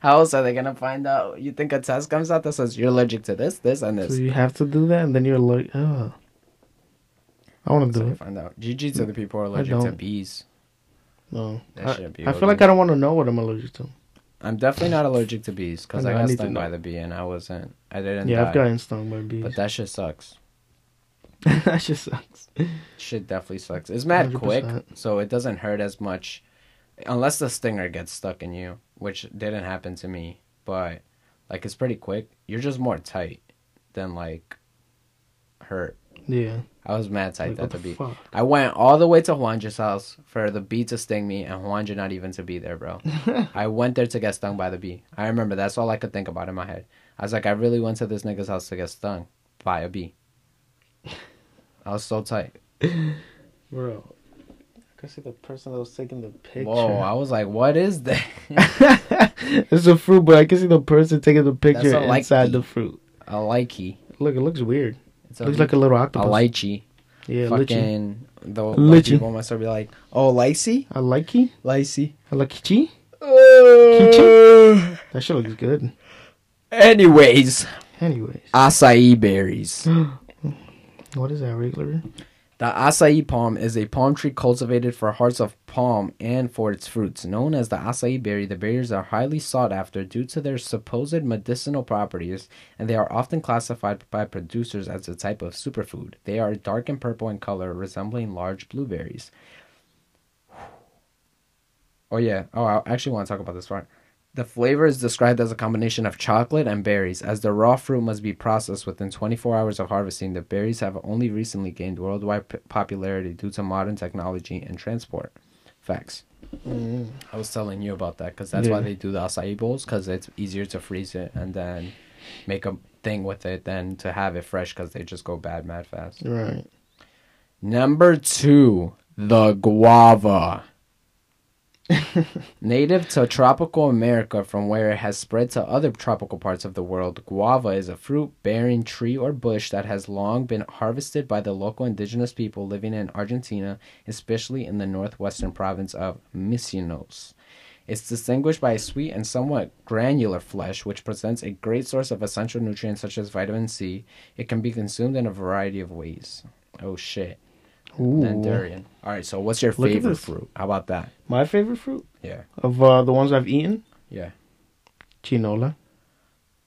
B: How else are they gonna find out? You think a test comes out that says you're allergic to this, this, and
A: so
B: this?
A: you have to do that, and then you're like, ugh. I want to
B: So
A: do
B: you
A: it.
B: find out. GG to the people who are allergic to
A: don't.
B: bees.
A: No,
B: That
A: I,
B: shouldn't be
A: I feel
B: okay.
A: like I don't want to know what I'm allergic to.
B: I'm definitely not allergic to bees because
A: I
B: I,
A: know, I
B: got
A: need to
B: stung by
A: know.
B: the bee and I wasn't. I didn't.
A: yeah,
B: die,
A: I've gotten stung by bees.
B: But that shit sucks.
A: that just sucks.
B: Shit definitely sucks. It's mad quick,
A: 100%.
B: so it doesn't hurt as much, unless the stinger gets stuck in you, which didn't happen to me. But like, it's pretty quick. You're just more tight than like hurt.
A: Yeah.
B: I was mad tight
A: Like,
B: that
A: what
B: the
A: the
B: bee.
A: fuck?
B: I went all the way to Juanja's house for the bee to sting me, and Juanja not even to be there, bro. I went there to get stung by the bee. I remember that's all I could think about in my head. I was like, I really went to this nigga's house to get stung by a bee. I was so tight.
A: Bro, I can see the person that was taking the picture.
B: Whoa, I was like, what is that?
A: it's a fruit, but I can see the person taking the picture
B: a lychee.
A: inside the fruit.
B: a lychee.
A: Look, it looks weird.
B: It's
A: It looks like a little octopus.
B: a lychee.
A: yeah, lychee.
B: Fucking, the
A: Lychee.
B: lychee. people must be like, oh, lychee?
A: A lychee?
B: Lychee.
A: A lychee?
B: Uh,
A: That shit looks good.
B: anyways,
A: Anyways,
B: acai berries.
A: what is that regular?
B: The acai palm is a palm tree cultivated for hearts of palm and for its fruits. Known as the acai berry, the berries are highly sought after due to their supposed medicinal properties, and they are often classified by producers as a type of superfood. They are dark and purple in color, resembling large blueberries. Oh, yeah. Oh, I actually want to talk about this part. The flavor is described as a combination of chocolate and berries. As the raw fruit must be processed within 24 hours of harvesting, the berries have only recently gained worldwide p- popularity due to modern technology and transport. Facts. I was telling you about that because that's why
A: Yeah.
B: they do the acai bowls because it's easier to freeze it and then make a thing with it than to have it fresh because they just go bad mad fast.
A: Right.
B: Number two, the guava. Native to tropical America, from where it has spread to other tropical parts of the world, guava is a fruit bearing tree or bush that has long been harvested by the local indigenous people living in Argentina, especially in the northwestern province of Misiones. It's distinguished by a sweet and somewhat granular flesh, which presents a great source of essential nutrients such as vitamin C. It can be consumed in a variety of ways. Oh shit. And Then
A: Ooh.
B: durian. All right, so what's your
A: Look at
B: favorite
A: this.
B: fruit? How about that?
A: My favorite fruit
B: Yeah.
A: of uh, the ones I've eaten,
B: Yeah.
A: chinola.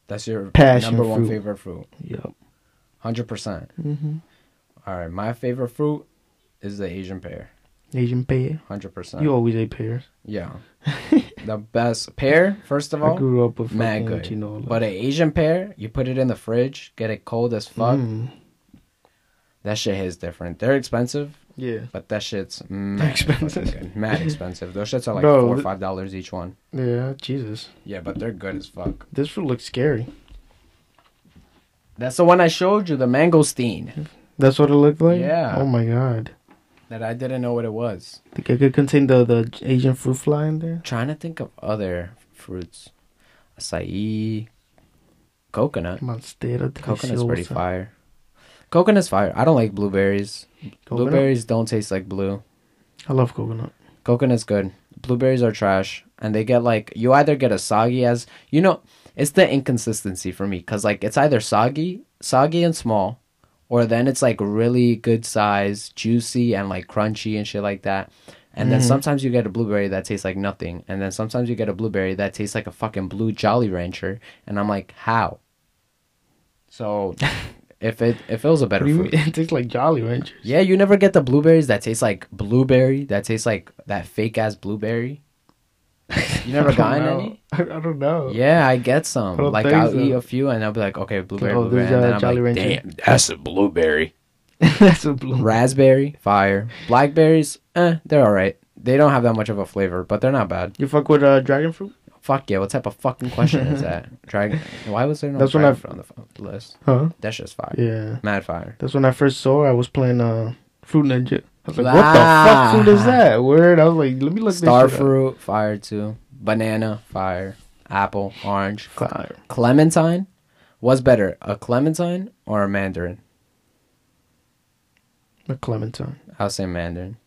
B: That's your
A: Passion
B: number one
A: fruit.
B: favorite fruit.
A: Yep.
B: 100%.
A: Mm-hmm.
B: All right, my favorite fruit is the Asian pear.
A: Asian pear.
B: 100%.
A: You always ate pears.
B: Yeah. the best pear, first of
A: I
B: all,
A: grew up with
B: mad
A: fucking
B: good.
A: chinola.
B: But an Asian pear, you put it in the fridge, get it cold as fuck.
A: Mm.
B: That shit hits different. They're expensive,
A: Yeah.
B: but that shit's mad
A: expensive.
B: expensive. Good. Mad expensive. Those shits are like
A: Bro,
B: four or
A: th-
B: five dollars each one.
A: Yeah, Jesus.
B: Yeah, but they're good as fuck.
A: This fruit looks scary.
B: That's the one I showed you, the mangosteen,
A: That's what it looked like?
B: Yeah.
A: Oh my god.
B: that I didn't know what it was.
A: Think I could contain the, the Asian fruit fly in there?
B: trying to think of other fruits. Acai, coconut.
A: Monstera
B: Coconut's pretty
A: deliciosa.
B: fire. Coconut's fire. I don't like blueberries.
A: Coconut?
B: Blueberries don't taste like blue.
A: I love coconut.
B: Coconut's good. Blueberries are trash, and they get like you either get a soggy as you know. It's the inconsistency for me, cause like it's either soggy, soggy and small, or then it's like really good size, juicy and like crunchy and shit like that. And
A: Mm-hmm.
B: then sometimes you get a blueberry that tastes like nothing, and then sometimes you get a blueberry that tastes like a fucking blue Jolly Rancher, and I'm like, how? So, if it if it was a better
A: What do you
B: fruit,
A: mean? It tastes like Jolly Rancher.
B: yeah, you never get the blueberries that taste like blueberry, that tastes like that fake ass blueberry. You never
A: I don't
B: gotten
A: know.
B: any?
A: I, I don't know.
B: Yeah, I get some.
A: I don't
B: Like
A: think
B: I'll
A: so.
B: eat a few and I'll be like, okay, blueberry,
A: Oh,
B: blueberry,
A: there's,
B: and then
A: uh,
B: I'm
A: Jolly
B: like,
A: Rancher.
B: damn, that's a blueberry.
A: That's a blue.
B: Raspberry, fire. Blackberries, eh, they're all right. They don't have that much of a flavor, but they're not bad.
A: You fuck with uh, dragon fruit?
B: Fuck yeah! What type of fucking question is that? Dragon? Why was there no
A: That's when
B: dragon on the fu- list?
A: Huh?
B: That's just fire.
A: Yeah.
B: Mad fire.
A: That's when I first saw her, I was playing uh, Fruit Ninja. I was like,
B: Ah.
A: what the fuck fruit is that? Word. I was like, let me look
B: Star
A: this shit up.
B: fruit, fire too. Banana, fire. Apple, orange,
A: Fire.
B: Clementine? What's better, a clementine or a mandarin?
A: A clementine.
B: I'll say mandarin.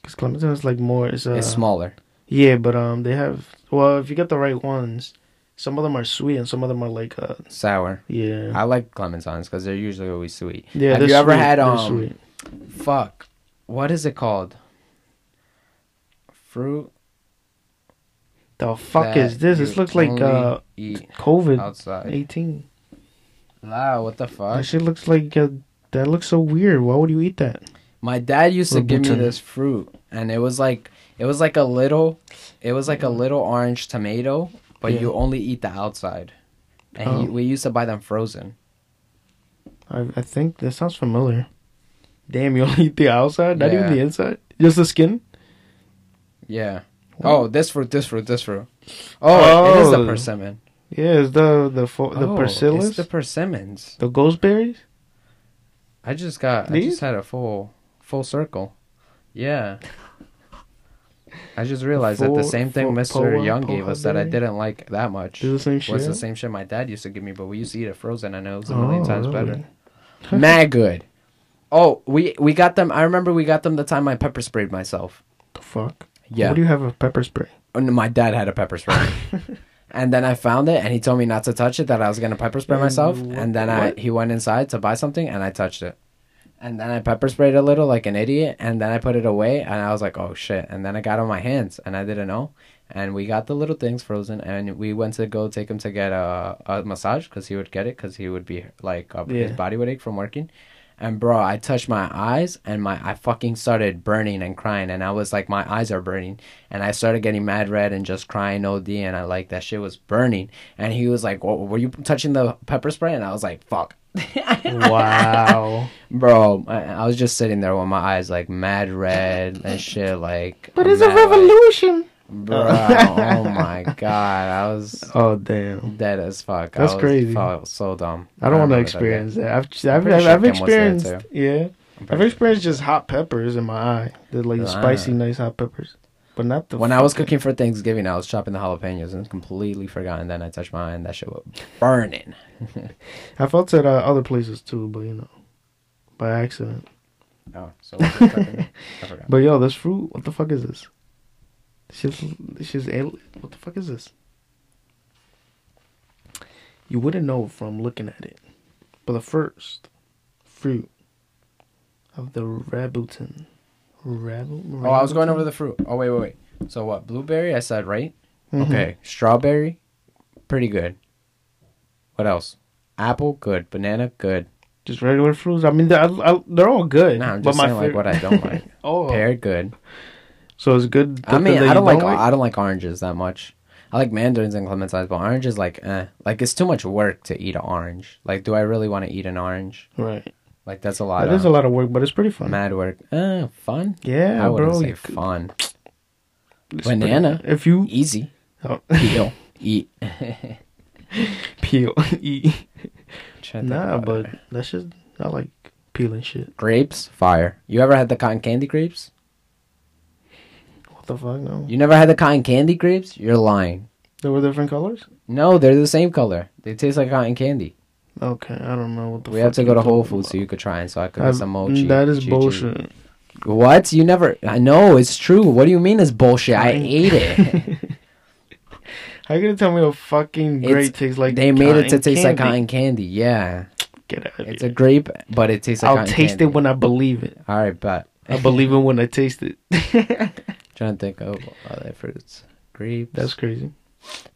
A: Because clementine is like more, it's, uh,
B: it's smaller.
A: Yeah, but um, they have well, if you get the right ones, some of them are sweet and some of them are like uh,
B: Sour.
A: yeah,
B: I like clementines because they're usually always sweet.
A: yeah.
B: Have
A: they're
B: you ever
A: sweet,
B: had
A: they're
B: um?
A: sweet.
B: Fuck. What is it called? Fruit.
A: The fuck
B: that
A: is this? This
B: you
A: looks like
B: only
A: uh,
B: Eat
A: COVID
B: outside.
A: eighteen.
B: Wow, what the fuck?
A: That shit looks like uh, that looks so weird. Why would you eat that?
B: My dad used to give me
A: Rambutan.
B: this fruit, and it was like it was like a little, it was like a little orange tomato, but
A: Yeah.
B: you only eat the outside. And he,
A: Oh.
B: we used to buy them frozen.
A: I, I think that sounds familiar. Damn, you only eat the outside, not even
B: Yeah.
A: the inside, just the skin.
B: Yeah. Oh, this fruit, this fruit, this fruit. Oh, it is the
A: Oh.
B: persimmon.
A: Yeah, it's the the fo- the
B: oh,
A: persillas,
B: It's the persimmons.
A: the gooseberries.
B: I just got. I
A: These?
B: just had a full full circle. Yeah. I just realized that the
A: Full-
B: same thing
A: full
B: Mr.
A: poa-
B: Young gave
A: poha
B: us that I
A: berry?
B: didn't like that much
A: It's the same shit.
B: was the same shit my dad used to give me, but we used to eat it frozen. I know it was a million
A: Oh,
B: times
A: really?
B: better. Mad good. Oh, we we got them. I remember we got them the time I pepper sprayed myself.
A: The fuck.
B: Yeah.
A: What do you have a pepper spray?
B: Oh, no, my dad had a pepper spray. and then I found it, and he told me not to touch it, that I was going to pepper spray
A: And
B: myself.
A: you-
B: And then I
A: what?
B: he went inside to buy something, and I touched it. And then I pepper sprayed a little like an idiot, and then I put it away, and I was like, oh shit. And then I got on my hands, and I didn't know. And we got the little things frozen, and we went to go take him to get a, a massage because he would get it because he would be like uh, his
A: Yeah.
B: body would ache from working. And bro, I touched my eyes and my I fucking started burning and crying and I was like my eyes are burning and I started getting mad red and just crying OD and I like that shit was burning and he was like, "Wha- "Were you touching the pepper spray?" and I was like, "Fuck."
A: wow.
B: Bro, I, I was just sitting there with my eyes like mad red and shit like
A: But it's a
B: mad, like,
A: revolution.
B: Bro, oh my god. I was
A: Oh damn!
B: dead as fuck.
A: That's
B: I was,
A: crazy.
B: Felt so dumb.
A: I don't want to
B: remember that day.
A: experience that. I've
B: I'm
A: I've,
B: pretty
A: I've,
B: sure
A: I've
B: Kim was there,
A: experienced
B: too.
A: yeah.
B: I'm pretty
A: I've
B: sure.
A: experienced just hot peppers in my eye. They're like the
B: Ah.
A: spicy, nice hot peppers, but not the.
B: when I was
A: fucking-
B: cooking for Thanksgiving, I was chopping the jalapenos and completely forgot. And then I touched mine, and that shit was burning.
A: I felt it uh, other places too, but you know, by accident.
B: Oh, so what was I talking- I forgot.
A: But yo, this fruit, what the fuck is this? She's she's al- what the fuck is this? You wouldn't know from looking at it, but the first fruit of the rabutan, rabble.
B: Oh, I was going over the fruit. Oh, wait, wait, wait. So what? Blueberry, I said, right?
A: Mhm.
B: Okay. Strawberry, pretty good. What else? Apple, good. Banana, good.
A: just regular fruits. I mean, they're, I, I, they're all good.
B: Nah, I'm
A: but
B: just
A: my
B: saying like
A: favorite-
B: what I don't like.
A: Oh,
B: Pear, good.
A: so it's good.
B: I
A: that-
B: mean,
A: that you
B: I don't like, I don't like oranges that much. I like mandarins and clementines, but oranges like eh. Like it's too much work to eat an orange. Like, do I really want to eat an orange?
A: right.
B: Like that's a lot.
A: That is
B: of
A: a lot of work, but it's pretty fun.
B: Mad work. Uh, fun?
A: Yeah,
B: I wouldn't
A: bro.
B: say
A: you could-
B: fun.
A: it's
B: Banana. E.
A: pretty- if you
B: Easy.
A: oh,
B: Peel. Eat.
A: peel, eat.
B: Shut the
A: E. Nah,
B: fuck
A: but
B: up.
A: that's just I like peeling shit.
B: Grapes? Fire. You ever had the cotton candy grapes?
A: What the fuck? No,
B: You never had the cotton candy grapes? You're lying.
A: there were different colors.
B: No, they're the same color. They taste like cotton candy.
A: Okay, I don't know what the.
B: We have
A: fuck
B: to
A: you
B: go to Whole
A: talking
B: Foods so you could try and so I could
A: about.
B: get some
A: I've- mm,
B: mochi.
A: That is
B: Chi-chi.
A: bullshit.
B: What? You never. I know, it's true. What do you mean it's bullshit? I
A: Cotton-
B: ate it.
A: How you gonna tell me a fucking
B: It's-
A: grape tastes like?
B: they made it to
A: cotton
B: taste like
A: candy?
B: cotton candy. Yeah.
A: Get out of
B: It's
A: here.
B: a grape, but it tastes like
A: I'll
B: cotton
A: taste
B: candy.
A: it when I believe it.
B: All right, but.
A: I believe it when I taste it.
B: Trying to think of other fruits. Grapes.
A: That's crazy.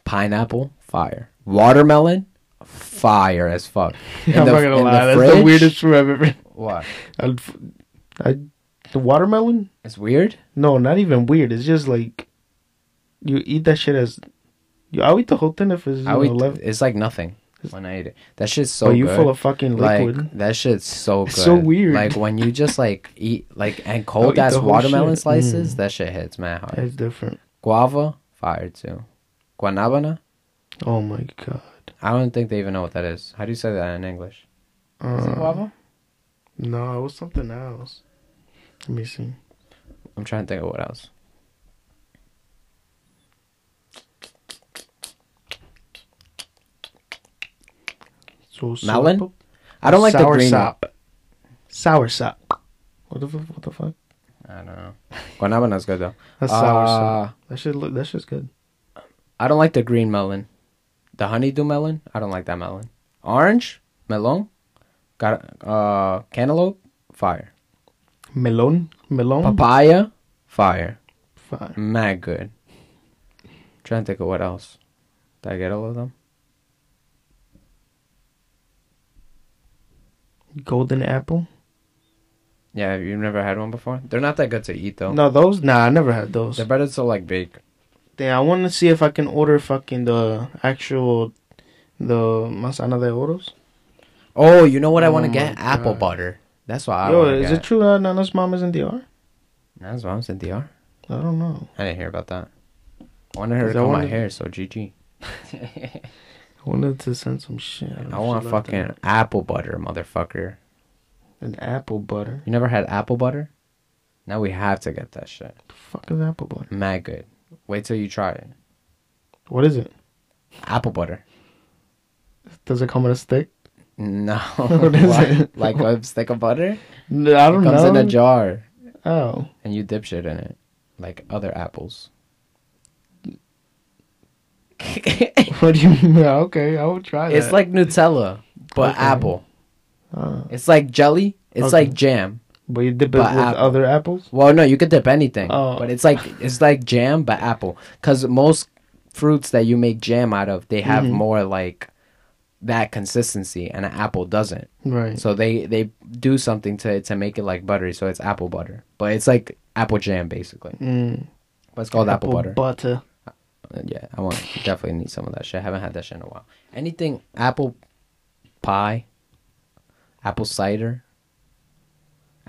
B: pineapple, fire. Watermelon, fire as fuck. In
A: I'm
B: the-
A: not gonna
B: in the
A: lie. That's the
B: fridge-
A: weirdest fruit I've ever.
B: What?
A: I, I, the watermelon?
B: It's weird.
A: No, not even weird. It's just like you eat that shit as. You, I'll eat the whole thing if it's you
B: I
A: know,
B: would,
A: left.
B: it's like nothing when I eat it. That shit's so
A: but you
B: good.
A: full of fucking liquid.
B: like that shit's so good.
A: It's so weird.
B: Like when you just like eat like and
A: I'll eat
B: cold
A: the
B: ass
A: whole
B: watermelon
A: shit.
B: slices.
A: Mm.
B: That shit hits mad hard.
A: That's different.
B: Guava, fire too. Guanabana.
A: Oh my god.
B: I don't think they even know what that is. How do you say that in English? Is it
A: Uh,
B: guava?
A: No, it was something else. Let me see.
B: I'm trying to think of what else.
A: So
B: Melon? I don't like the green. one.
A: Soursop. Soursop. What the fuck? What the fuck?
B: I don't know. Guanabana's good though.
A: That's sour. So.
B: Uh,
A: That shit look. That shit's good.
B: I don't like the green melon. The honeydew melon, I don't like that melon. Orange, melon, got uh cantaloupe, fire.
A: Melon. Melon.
B: Papaya, fire.
A: Fire.
B: Mad good. trying to think of what else. Did I get all of them?
A: Golden apple.
B: Yeah, you've never had one before? They're not that good to eat though.
A: No, those. Nah, I never had those.
B: They're better to like bake.
A: Damn, I want to see if I can order fucking the actual, the masana de oros.
B: Oh, you know what I want
A: Oh
B: to
A: my
B: get? Apple
A: God.
B: butter. That's what I
A: Yo,
B: want to
A: is
B: get.
A: it true that Nana's mom is in DR?
B: That's what I'm saying, DR.
A: I don't know.
B: I didn't hear about that. I wanted her to
A: 'Cause I
B: comb my
A: wanted-
B: hair, so GG.
A: I wanted to send some Oh, shit. don't know
B: I
A: if
B: want
A: she left
B: fucking
A: it.
B: apple butter, motherfucker.
A: an apple butter.
B: You never had apple butter? Now we have to get that shit.
A: The fuck is apple butter?
B: Mad good. Wait till you try it.
A: What is it?
B: Apple butter.
A: Does it come in a stick?
B: No.
A: What is
B: What?
A: it?
B: Like a stick of butter?
A: N- I don't
B: it comes
A: know.
B: in a jar
A: Oh,
B: and you dip shit in it. Like other apples. it's
A: what do you? mean? Okay, I will try that.
B: like Nutella, but
A: Okay.
B: apple.
A: Ah,
B: It's like jelly. It's
A: Okay.
B: like jam.
A: but you dip it with
B: But apple.
A: other apples.
B: Well, no, you could dip anything,
A: Oh.
B: but it's like it's like jam but apple. Because most fruits that you make jam out of, they have
A: Mhm.
B: more like that consistency, and an apple doesn't.
A: Right.
B: So they they do something to to make it like buttery. So it's apple butter, but it's like apple jam basically.
A: Mm.
B: But it's called apple, butter.
A: butter.
B: Uh, yeah, I want definitely need some of that shit. I haven't had that shit in a while. Anything apple pie, apple cider,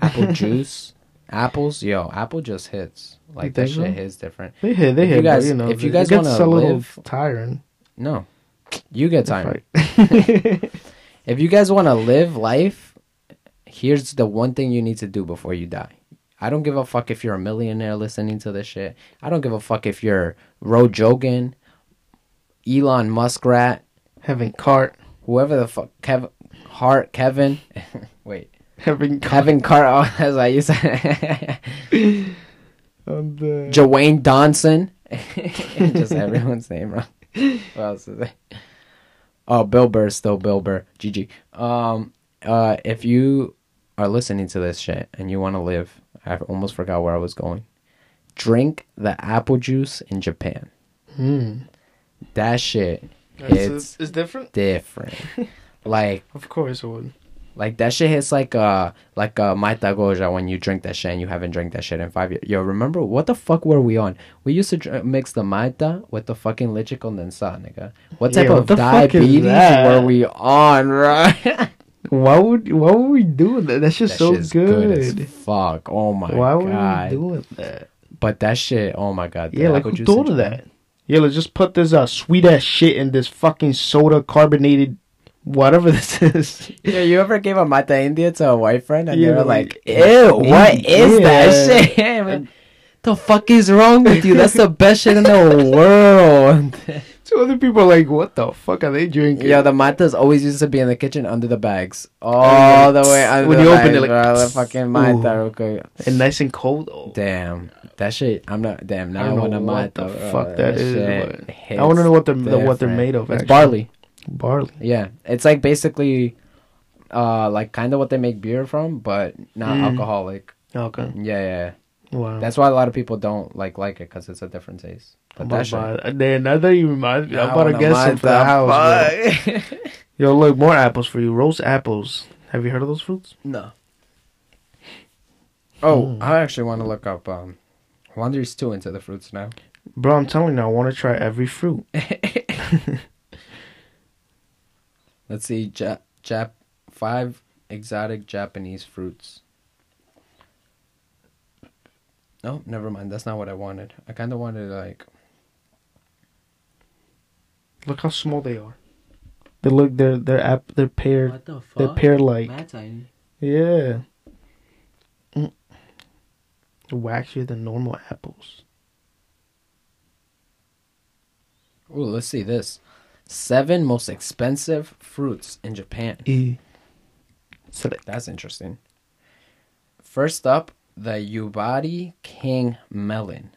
B: apple juice, apples. Yo, apple just hits. Like that
A: think so?
B: shit hits different.
A: They hit. They
B: If you
A: hit. but,
B: guys-
A: you know,
B: if you
A: it
B: guys
A: gets
B: wanna
A: a little
B: live-
A: tiring.
B: No, you get tired.
A: Fuck.
B: If you guys want to live life, here's the one thing you need to do before you die. I don't give a fuck if you're a millionaire listening to this shit. I don't give a fuck if you're Roe Jogan, Elon Muskrat,
A: having cart.
B: whoever the fuck Kev Hart Kevin wait
A: Having cart.
B: Kevin Carl as I used to
A: on the-
B: Joanne Donson just everyone's name wrong what else is there oh Bill Burr is still Bill Burr GG um uh if you are listening to this shit and you want to live I almost forgot where I was going drink the apple juice in Japan
A: Mm.
B: that shit
A: It's,
B: Hmm. it's
A: it's different.
B: different like
A: Of course it would.
B: Like that shit hits like uh like uh Maita Goja when you drink that shit and you haven't drank that shit in five years. Yo, remember what the fuck were we on? We used to dr- mix the Maita with the fucking leche condensada, nigga. What
A: Yeah,
B: type
A: what
B: of
A: the fuck is
B: diabetes
A: that?
B: were we on, right?
A: Why would why would we do that? That's just
B: that
A: so
B: shit's
A: good.
B: as fuck. Oh my
A: why would
B: god.
A: we do that?
B: But that shit, oh my god. the
A: Yeah, like
B: apple
A: who
B: juice
A: thought
B: in
A: of
B: Japan.
A: that? Yeah, let's just put this uh, sweet ass shit in this fucking soda carbonated whatever this is.
B: Yeah, you ever gave a Mata India to a white friend and
A: Yeah,
B: they were
A: like,
B: like, Ew, what is
A: yeah."
B: that shit? Man, the fuck is wrong with you? That's the best shit in the world.
A: so other people are like, what the fuck are they drinking?
B: Yo, the matas always used to be in the kitchen under the bags. All the way under
A: Oh, When
B: the
A: you
B: bags,
A: open it, like,
B: bro, the fucking mata.
A: ooh.
B: okay.
A: and nice and cold. Oh,
B: Damn. That shit, I'm not, damn,
A: I
B: now I,
A: don't
B: want a
A: know what
B: mata.
A: the
B: bro.
A: fuck that is.
B: shit
A: but- I want to know what they're
B: hits
A: the, what they're
B: different.
A: made of.
B: It's
A: actually.
B: barley.
A: barley.
B: Yeah, it's like basically, uh, like kind of what they make beer from, but not
A: Mm.
B: alcoholic.
A: Okay,
B: Yeah, yeah.
A: wow.
B: That's why a lot of people don't like like it because it's a different taste. But
A: I'm
B: that
A: about to
B: shit.
A: buy, then I thought you reminded me. I'm about to get some for the
B: What
A: house. bro.
B: fuck?
A: Yo, look, more apples for you. Roast apples. Have you heard of those fruits?
B: no. Oh,
A: Mm.
B: I actually want to look up. Um, Wander's too into the fruits now.
A: Bro, I'm telling you, I want to try every fruit.
B: Let's see, ja- Jap five exotic Japanese fruits. No, Oh, never mind. That's not what I wanted. I kind of wanted like
A: Look how small they are. They look they're they're app they're pear
B: the fuck?
A: they're pear like.
B: tiny.
A: Yeah. Mm. Waxier than normal apples.
B: Ooh, let's see this. Seven most expensive fruits in Japan.
A: E. So that-
B: That's interesting. First up, the Yubari King melon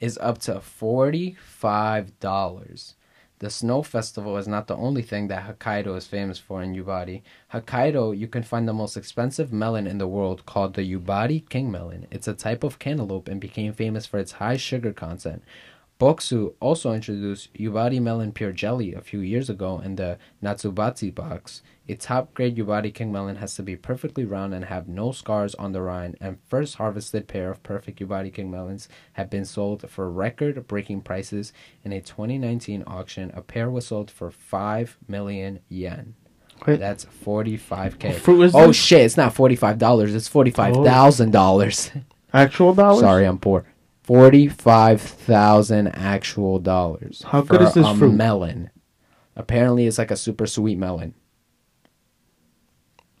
B: is up to $45. The snow festival is not the only thing that Hokkaido is famous for in Yubari. Hokkaido, you can find the most expensive melon in the world called the Yubari King melon. It's a type of cantaloupe and became famous for its high sugar content. Boksu also introduced Yubari Melon Pure Jelly a few years ago in the Natsubatsu box. A top grade Yubari King melon has to be perfectly round and have no scars on the rind, and first harvested pair of perfect Yubari King melons have been sold for record breaking prices in a 2019 auction. A pair was sold for 5 million yen.
A: Wait.
B: That's 45k.
A: What fruit is
B: oh
A: this?
B: shit, it's not $45, it's $45,000.
A: Oh. Actual dollars?
B: Sorry, I'm poor. Forty-five thousand actual dollars.
A: How good is this
B: a
A: fruit?
B: melon? Apparently, it's like a super sweet melon.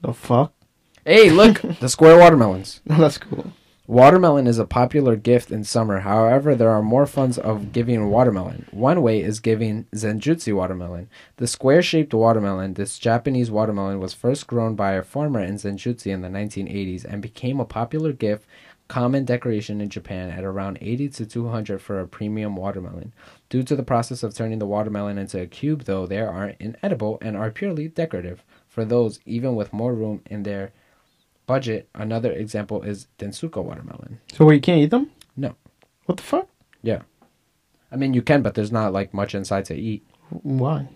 A: The fuck?
B: Hey, look, the square watermelons.
A: That's cool.
B: Watermelon is a popular gift in summer. However, there are more funds of giving watermelon. One way is giving Zenjutsu watermelon. The square-shaped watermelon, this Japanese watermelon, was first grown by a farmer in Zenjutsu in the 1980s and became a popular gift, common decoration in Japan at around 80 to 200 for a premium watermelon. Due to the process of turning the watermelon into a cube, though, they are inedible and are purely decorative. For those, even with more room in their budget, another example is Densuka watermelon.
A: So wait, you can't eat them?
B: No.
A: What the fuck?
B: Yeah. I mean, you can, but there's not like much inside to eat
A: Why?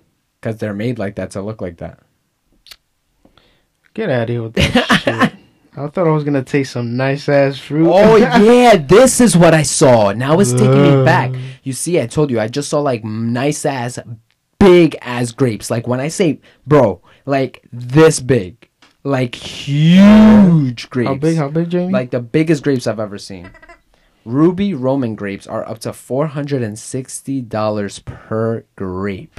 B: because they're made like that to look like that.
A: Get out of here with that shit. I thought I was gonna taste some nice ass fruit.
B: Oh yeah, this is what I saw. Now it's taking me back. You see, I told you, I just saw like nice ass, big ass grapes. Like when I say, bro, like this big, like huge grapes.
A: How big? How big, Jamie?
B: Like the biggest grapes I've ever seen. Ruby Roman grapes are up to four hundred and sixty dollars per grape.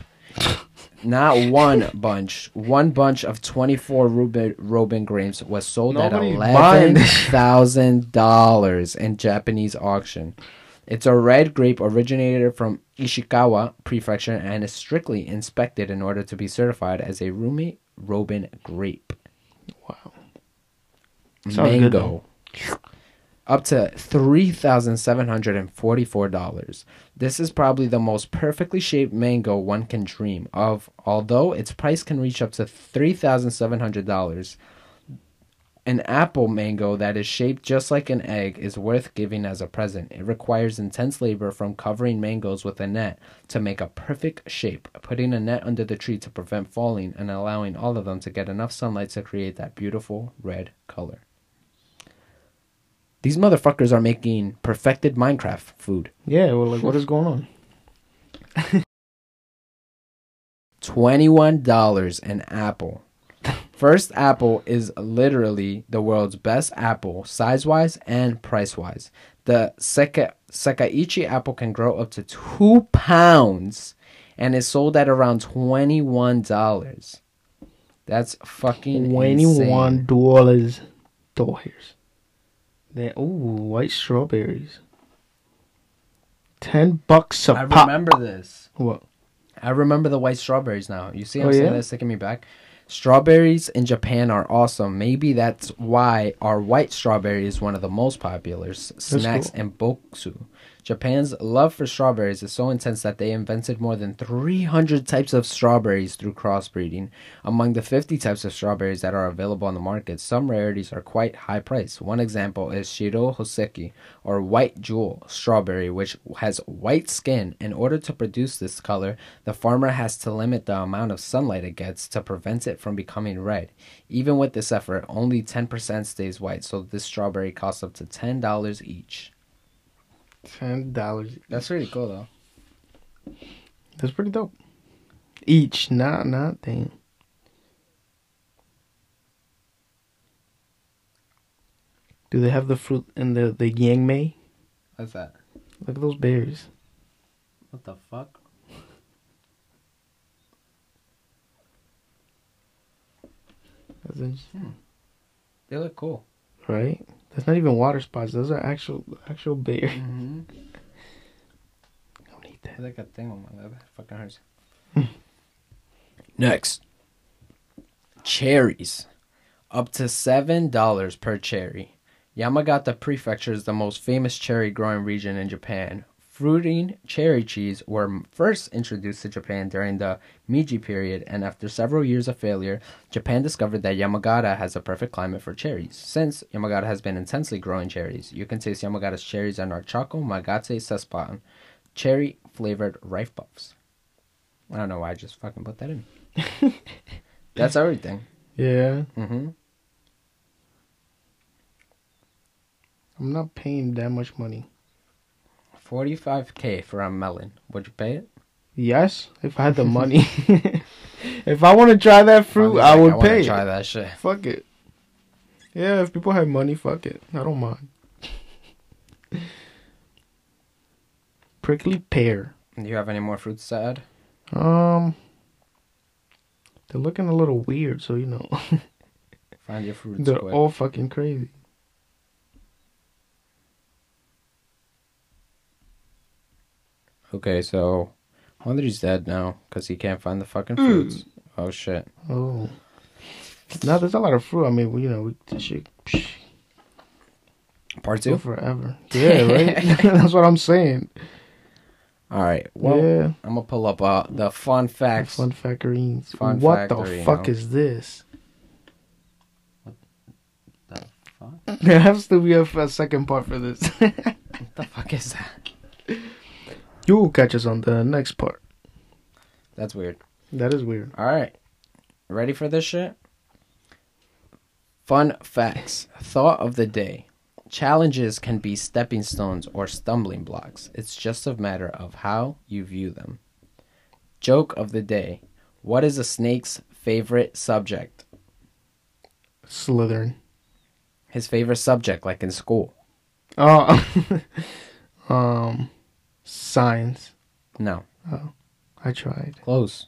B: Not one bunch. One bunch of twenty-four Ruben Robin grapes was sold
A: Nobody's
B: at
A: buying
B: eleven
A: this.
B: thousand dollars in Japanese auction. It's a red grape originated from Ishikawa Prefecture and is strictly inspected in order to be certified as a Rumi Robin grape
A: wow. Sounds good,
B: mango up to $3,744. This is probably the most perfectly shaped mango one can dream of, although its price can reach up to $3,700. An apple mango that is shaped just like an egg is worth giving as a present. It requires intense labor from covering mangoes with a net to make a perfect shape, putting a net under the tree to prevent falling, and allowing all of them to get enough sunlight to create that beautiful red color. These motherfuckers are making perfected Minecraft food.
A: Yeah. Well, like, what is going on?
B: $21 an apple. First Apple is literally the world's best apple, size wise and price wise. The Seka, Sekaiichi apple can grow up to two pounds and is sold at around $21. That's fucking
A: Twenty-one
B: insane.
A: dollars. Dollars. They ooh white strawberries. Ten bucks a
B: I
A: pop.
B: remember this.
A: What?
B: I remember the white strawberries now. You see, I'm
A: Oh,
B: saying
A: yeah?
B: that's taking me back. Strawberries in Japan are awesome. Maybe that's why our white strawberry is one of the most popular s- snacks
A: cool.
B: in Boksu. Japan's love for strawberries is so intense that they invented more than 300 types of strawberries through crossbreeding. Among the 50 types of strawberries that are available on the market, some rarities are quite high priced. One example is Shiro Hoseki, or white jewel strawberry, which has white skin. In order to produce this color, the farmer has to limit the amount of sunlight it gets to prevent it from becoming red. Even with this effort, only 10% stays white, so this strawberry costs up to $10 each.
A: Ten dollars.
B: That's really cool, though.
A: That's pretty dope. Each, not not thing. Do they have the fruit in the the yang mei?
B: What's that?
A: Look at those berries.
B: What the fuck?
A: That's interesting.
B: They look cool.
A: Right? That's not even water spots. Those are actual actual berries.
B: Mm-hmm.
A: I don't need that.
B: I like a thing on my lip. It fucking hurts. Next. Cherries. Up to $7 per cherry. Yamagata Prefecture is the most famous cherry growing region in Japan. Fruiting cherry trees were first introduced to Japan during the Meiji period, and after several years of failure, Japan discovered that Yamagata has a perfect climate for cherries. Since Yamagata has been intensely growing cherries, you can taste Yamagata's cherries on our Choco Magate Sespan cherry flavored rice puffs. I don't know why I just fucking put that in. That's everything.
A: Yeah.
B: hmm
A: I'm not paying that much money.
B: 45k for a melon. Would you pay it?
A: Yes, if I had the money. if I want to try that
B: I'm
A: fruit,
B: just
A: I
B: like,
A: would
B: wanna
A: pay. it.
B: Try that shit.
A: Fuck it. Yeah, if people have money, fuck it. I don't mind. Prickly pear.
B: Do you have any more fruits to add?
A: Um, they're looking a little weird, so you know
B: Find your fruits
A: they're
B: quick.
A: all fucking crazy.
B: Okay, so one of these dead now because he can't find the fucking
A: Hmm.
B: fruits. Oh shit!
A: Oh, now there's a lot of fruit. I mean, we- you know, we this shit psh,
B: Part
A: go
B: two.
A: forever. Yeah, right. That's what I'm saying.
B: All right. Well,
A: yeah,
B: I'm gonna pull up uh, the fun facts.
A: fun factorines.
B: Fun
A: what
B: factory,
A: the fuck
B: no.
A: is this?
B: The fuck?
A: There has to be a, a second part for this.
B: What the fuck is that?
A: you will catch us on the next part.
B: That's weird.
A: That is weird.
B: All right. Ready for this shit? Fun facts. Thought of the day. Challenges can be stepping stones or stumbling blocks. It's just a matter of how you view them. Joke of the day. What is a snake's favorite subject?
A: Slytherin.
B: His favorite subject, like in school.
A: Oh, um, signs.
B: No.
A: I tried.
B: Close.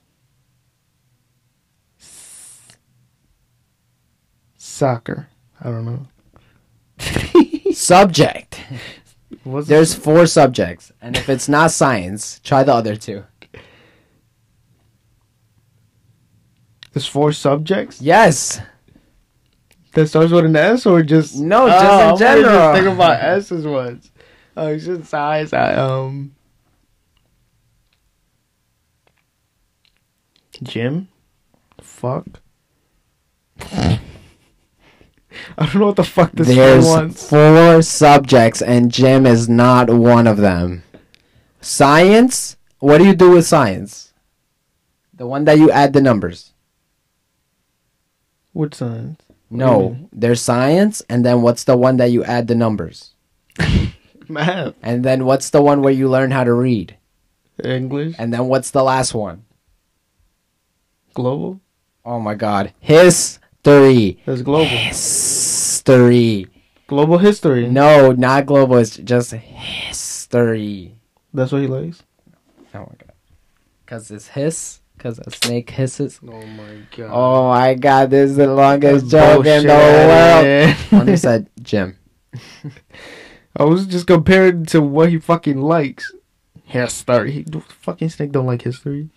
A: Soccer. I don't know.
B: subject.
A: What's
B: There's four subjects. And if it's not science, try the other two.
A: there's four subjects
B: Yes.
A: that starts with an S or just
B: No,
A: Oh,
B: just in
A: I'm gonna
B: general.
A: think about S's ones. Oh, it's just size. I, um, gym. Fuck. I don't know what the fuck this
B: There's
A: one wants.
B: four subjects, and gym is not one of them. Science? What do you do with science? The one that you add the numbers.
A: What signs? What do you
B: No, there's science, and then what's the one that you add the numbers?
A: Math.
B: And then what's the one where you learn how to read?
A: English.
B: And then what's the last one?
A: Global.
B: Oh my god. History.
A: That's global.
B: History.
A: Global history.
B: No, not global, it's just history.
A: That's what he likes.
B: Oh my god. Because it's hiss, because a snake hisses.
A: Oh my god.
B: Oh my god, this is the longest joke in the world. When he said Jim.
A: I was just comparing to what he fucking likes. History. He, the fucking snake don't like history.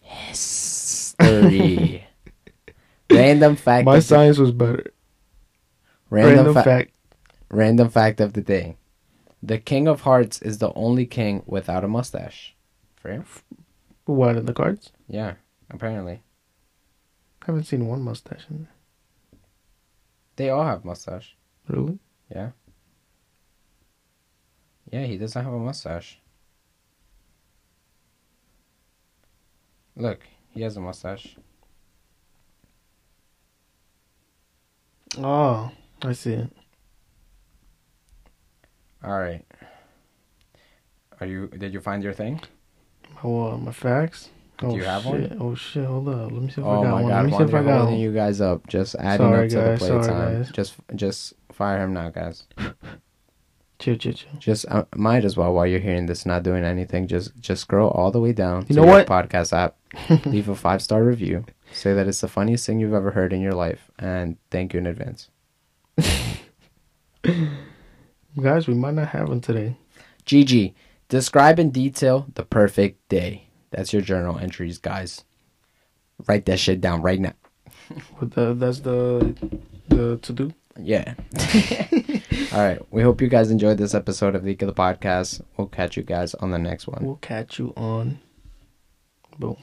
B: History. random fact
A: My
B: of the-
A: science was better.
B: random,
A: Random,
B: fa-
A: fact.
B: random fact of the day. The King of Hearts is the only king without a mustache. For him?
A: What in the cards?
B: Yeah, apparently.
A: haven't seen one mustache in there.
B: They all have mustache.
A: Really?
B: Yeah. Yeah, he doesn't have a mustache. Look, he has a mustache.
A: Oh, I see it.
B: All right. Are you? Did you find your thing?
A: My, uh, my facts.
B: Do you have one?
A: shit. Oh shit, hold up. Let me see if
B: oh
A: I got
B: my
A: one.
B: god!
A: Let me see if I
B: Wander
A: got
B: holding
A: one.
B: you guys up, just adding
A: Sorry,
B: up to
A: guys,
B: the
A: sorry,
B: playtime.
A: guys.
B: Just, just fire him now, guys.
A: Chill, chill, chill.
B: Just uh, might as well while you're hearing this, not doing anything. Just, just scroll all the way down. to
A: know
B: your
A: what?
B: Podcast app. Leave a five star review. Say that it's the funniest thing you've ever heard in your life, and thank you in advance.
A: Guys, we might not have one today.
B: Gigi, describe in detail the perfect day. That's your journal entries, guys. Write that shit down right now.
A: But the, that's the the to do.
B: Yeah. All right. We hope you guys enjoyed this episode of the Geek of the Podcast. We'll catch you guys on the next one.
A: We'll catch you on. Boom.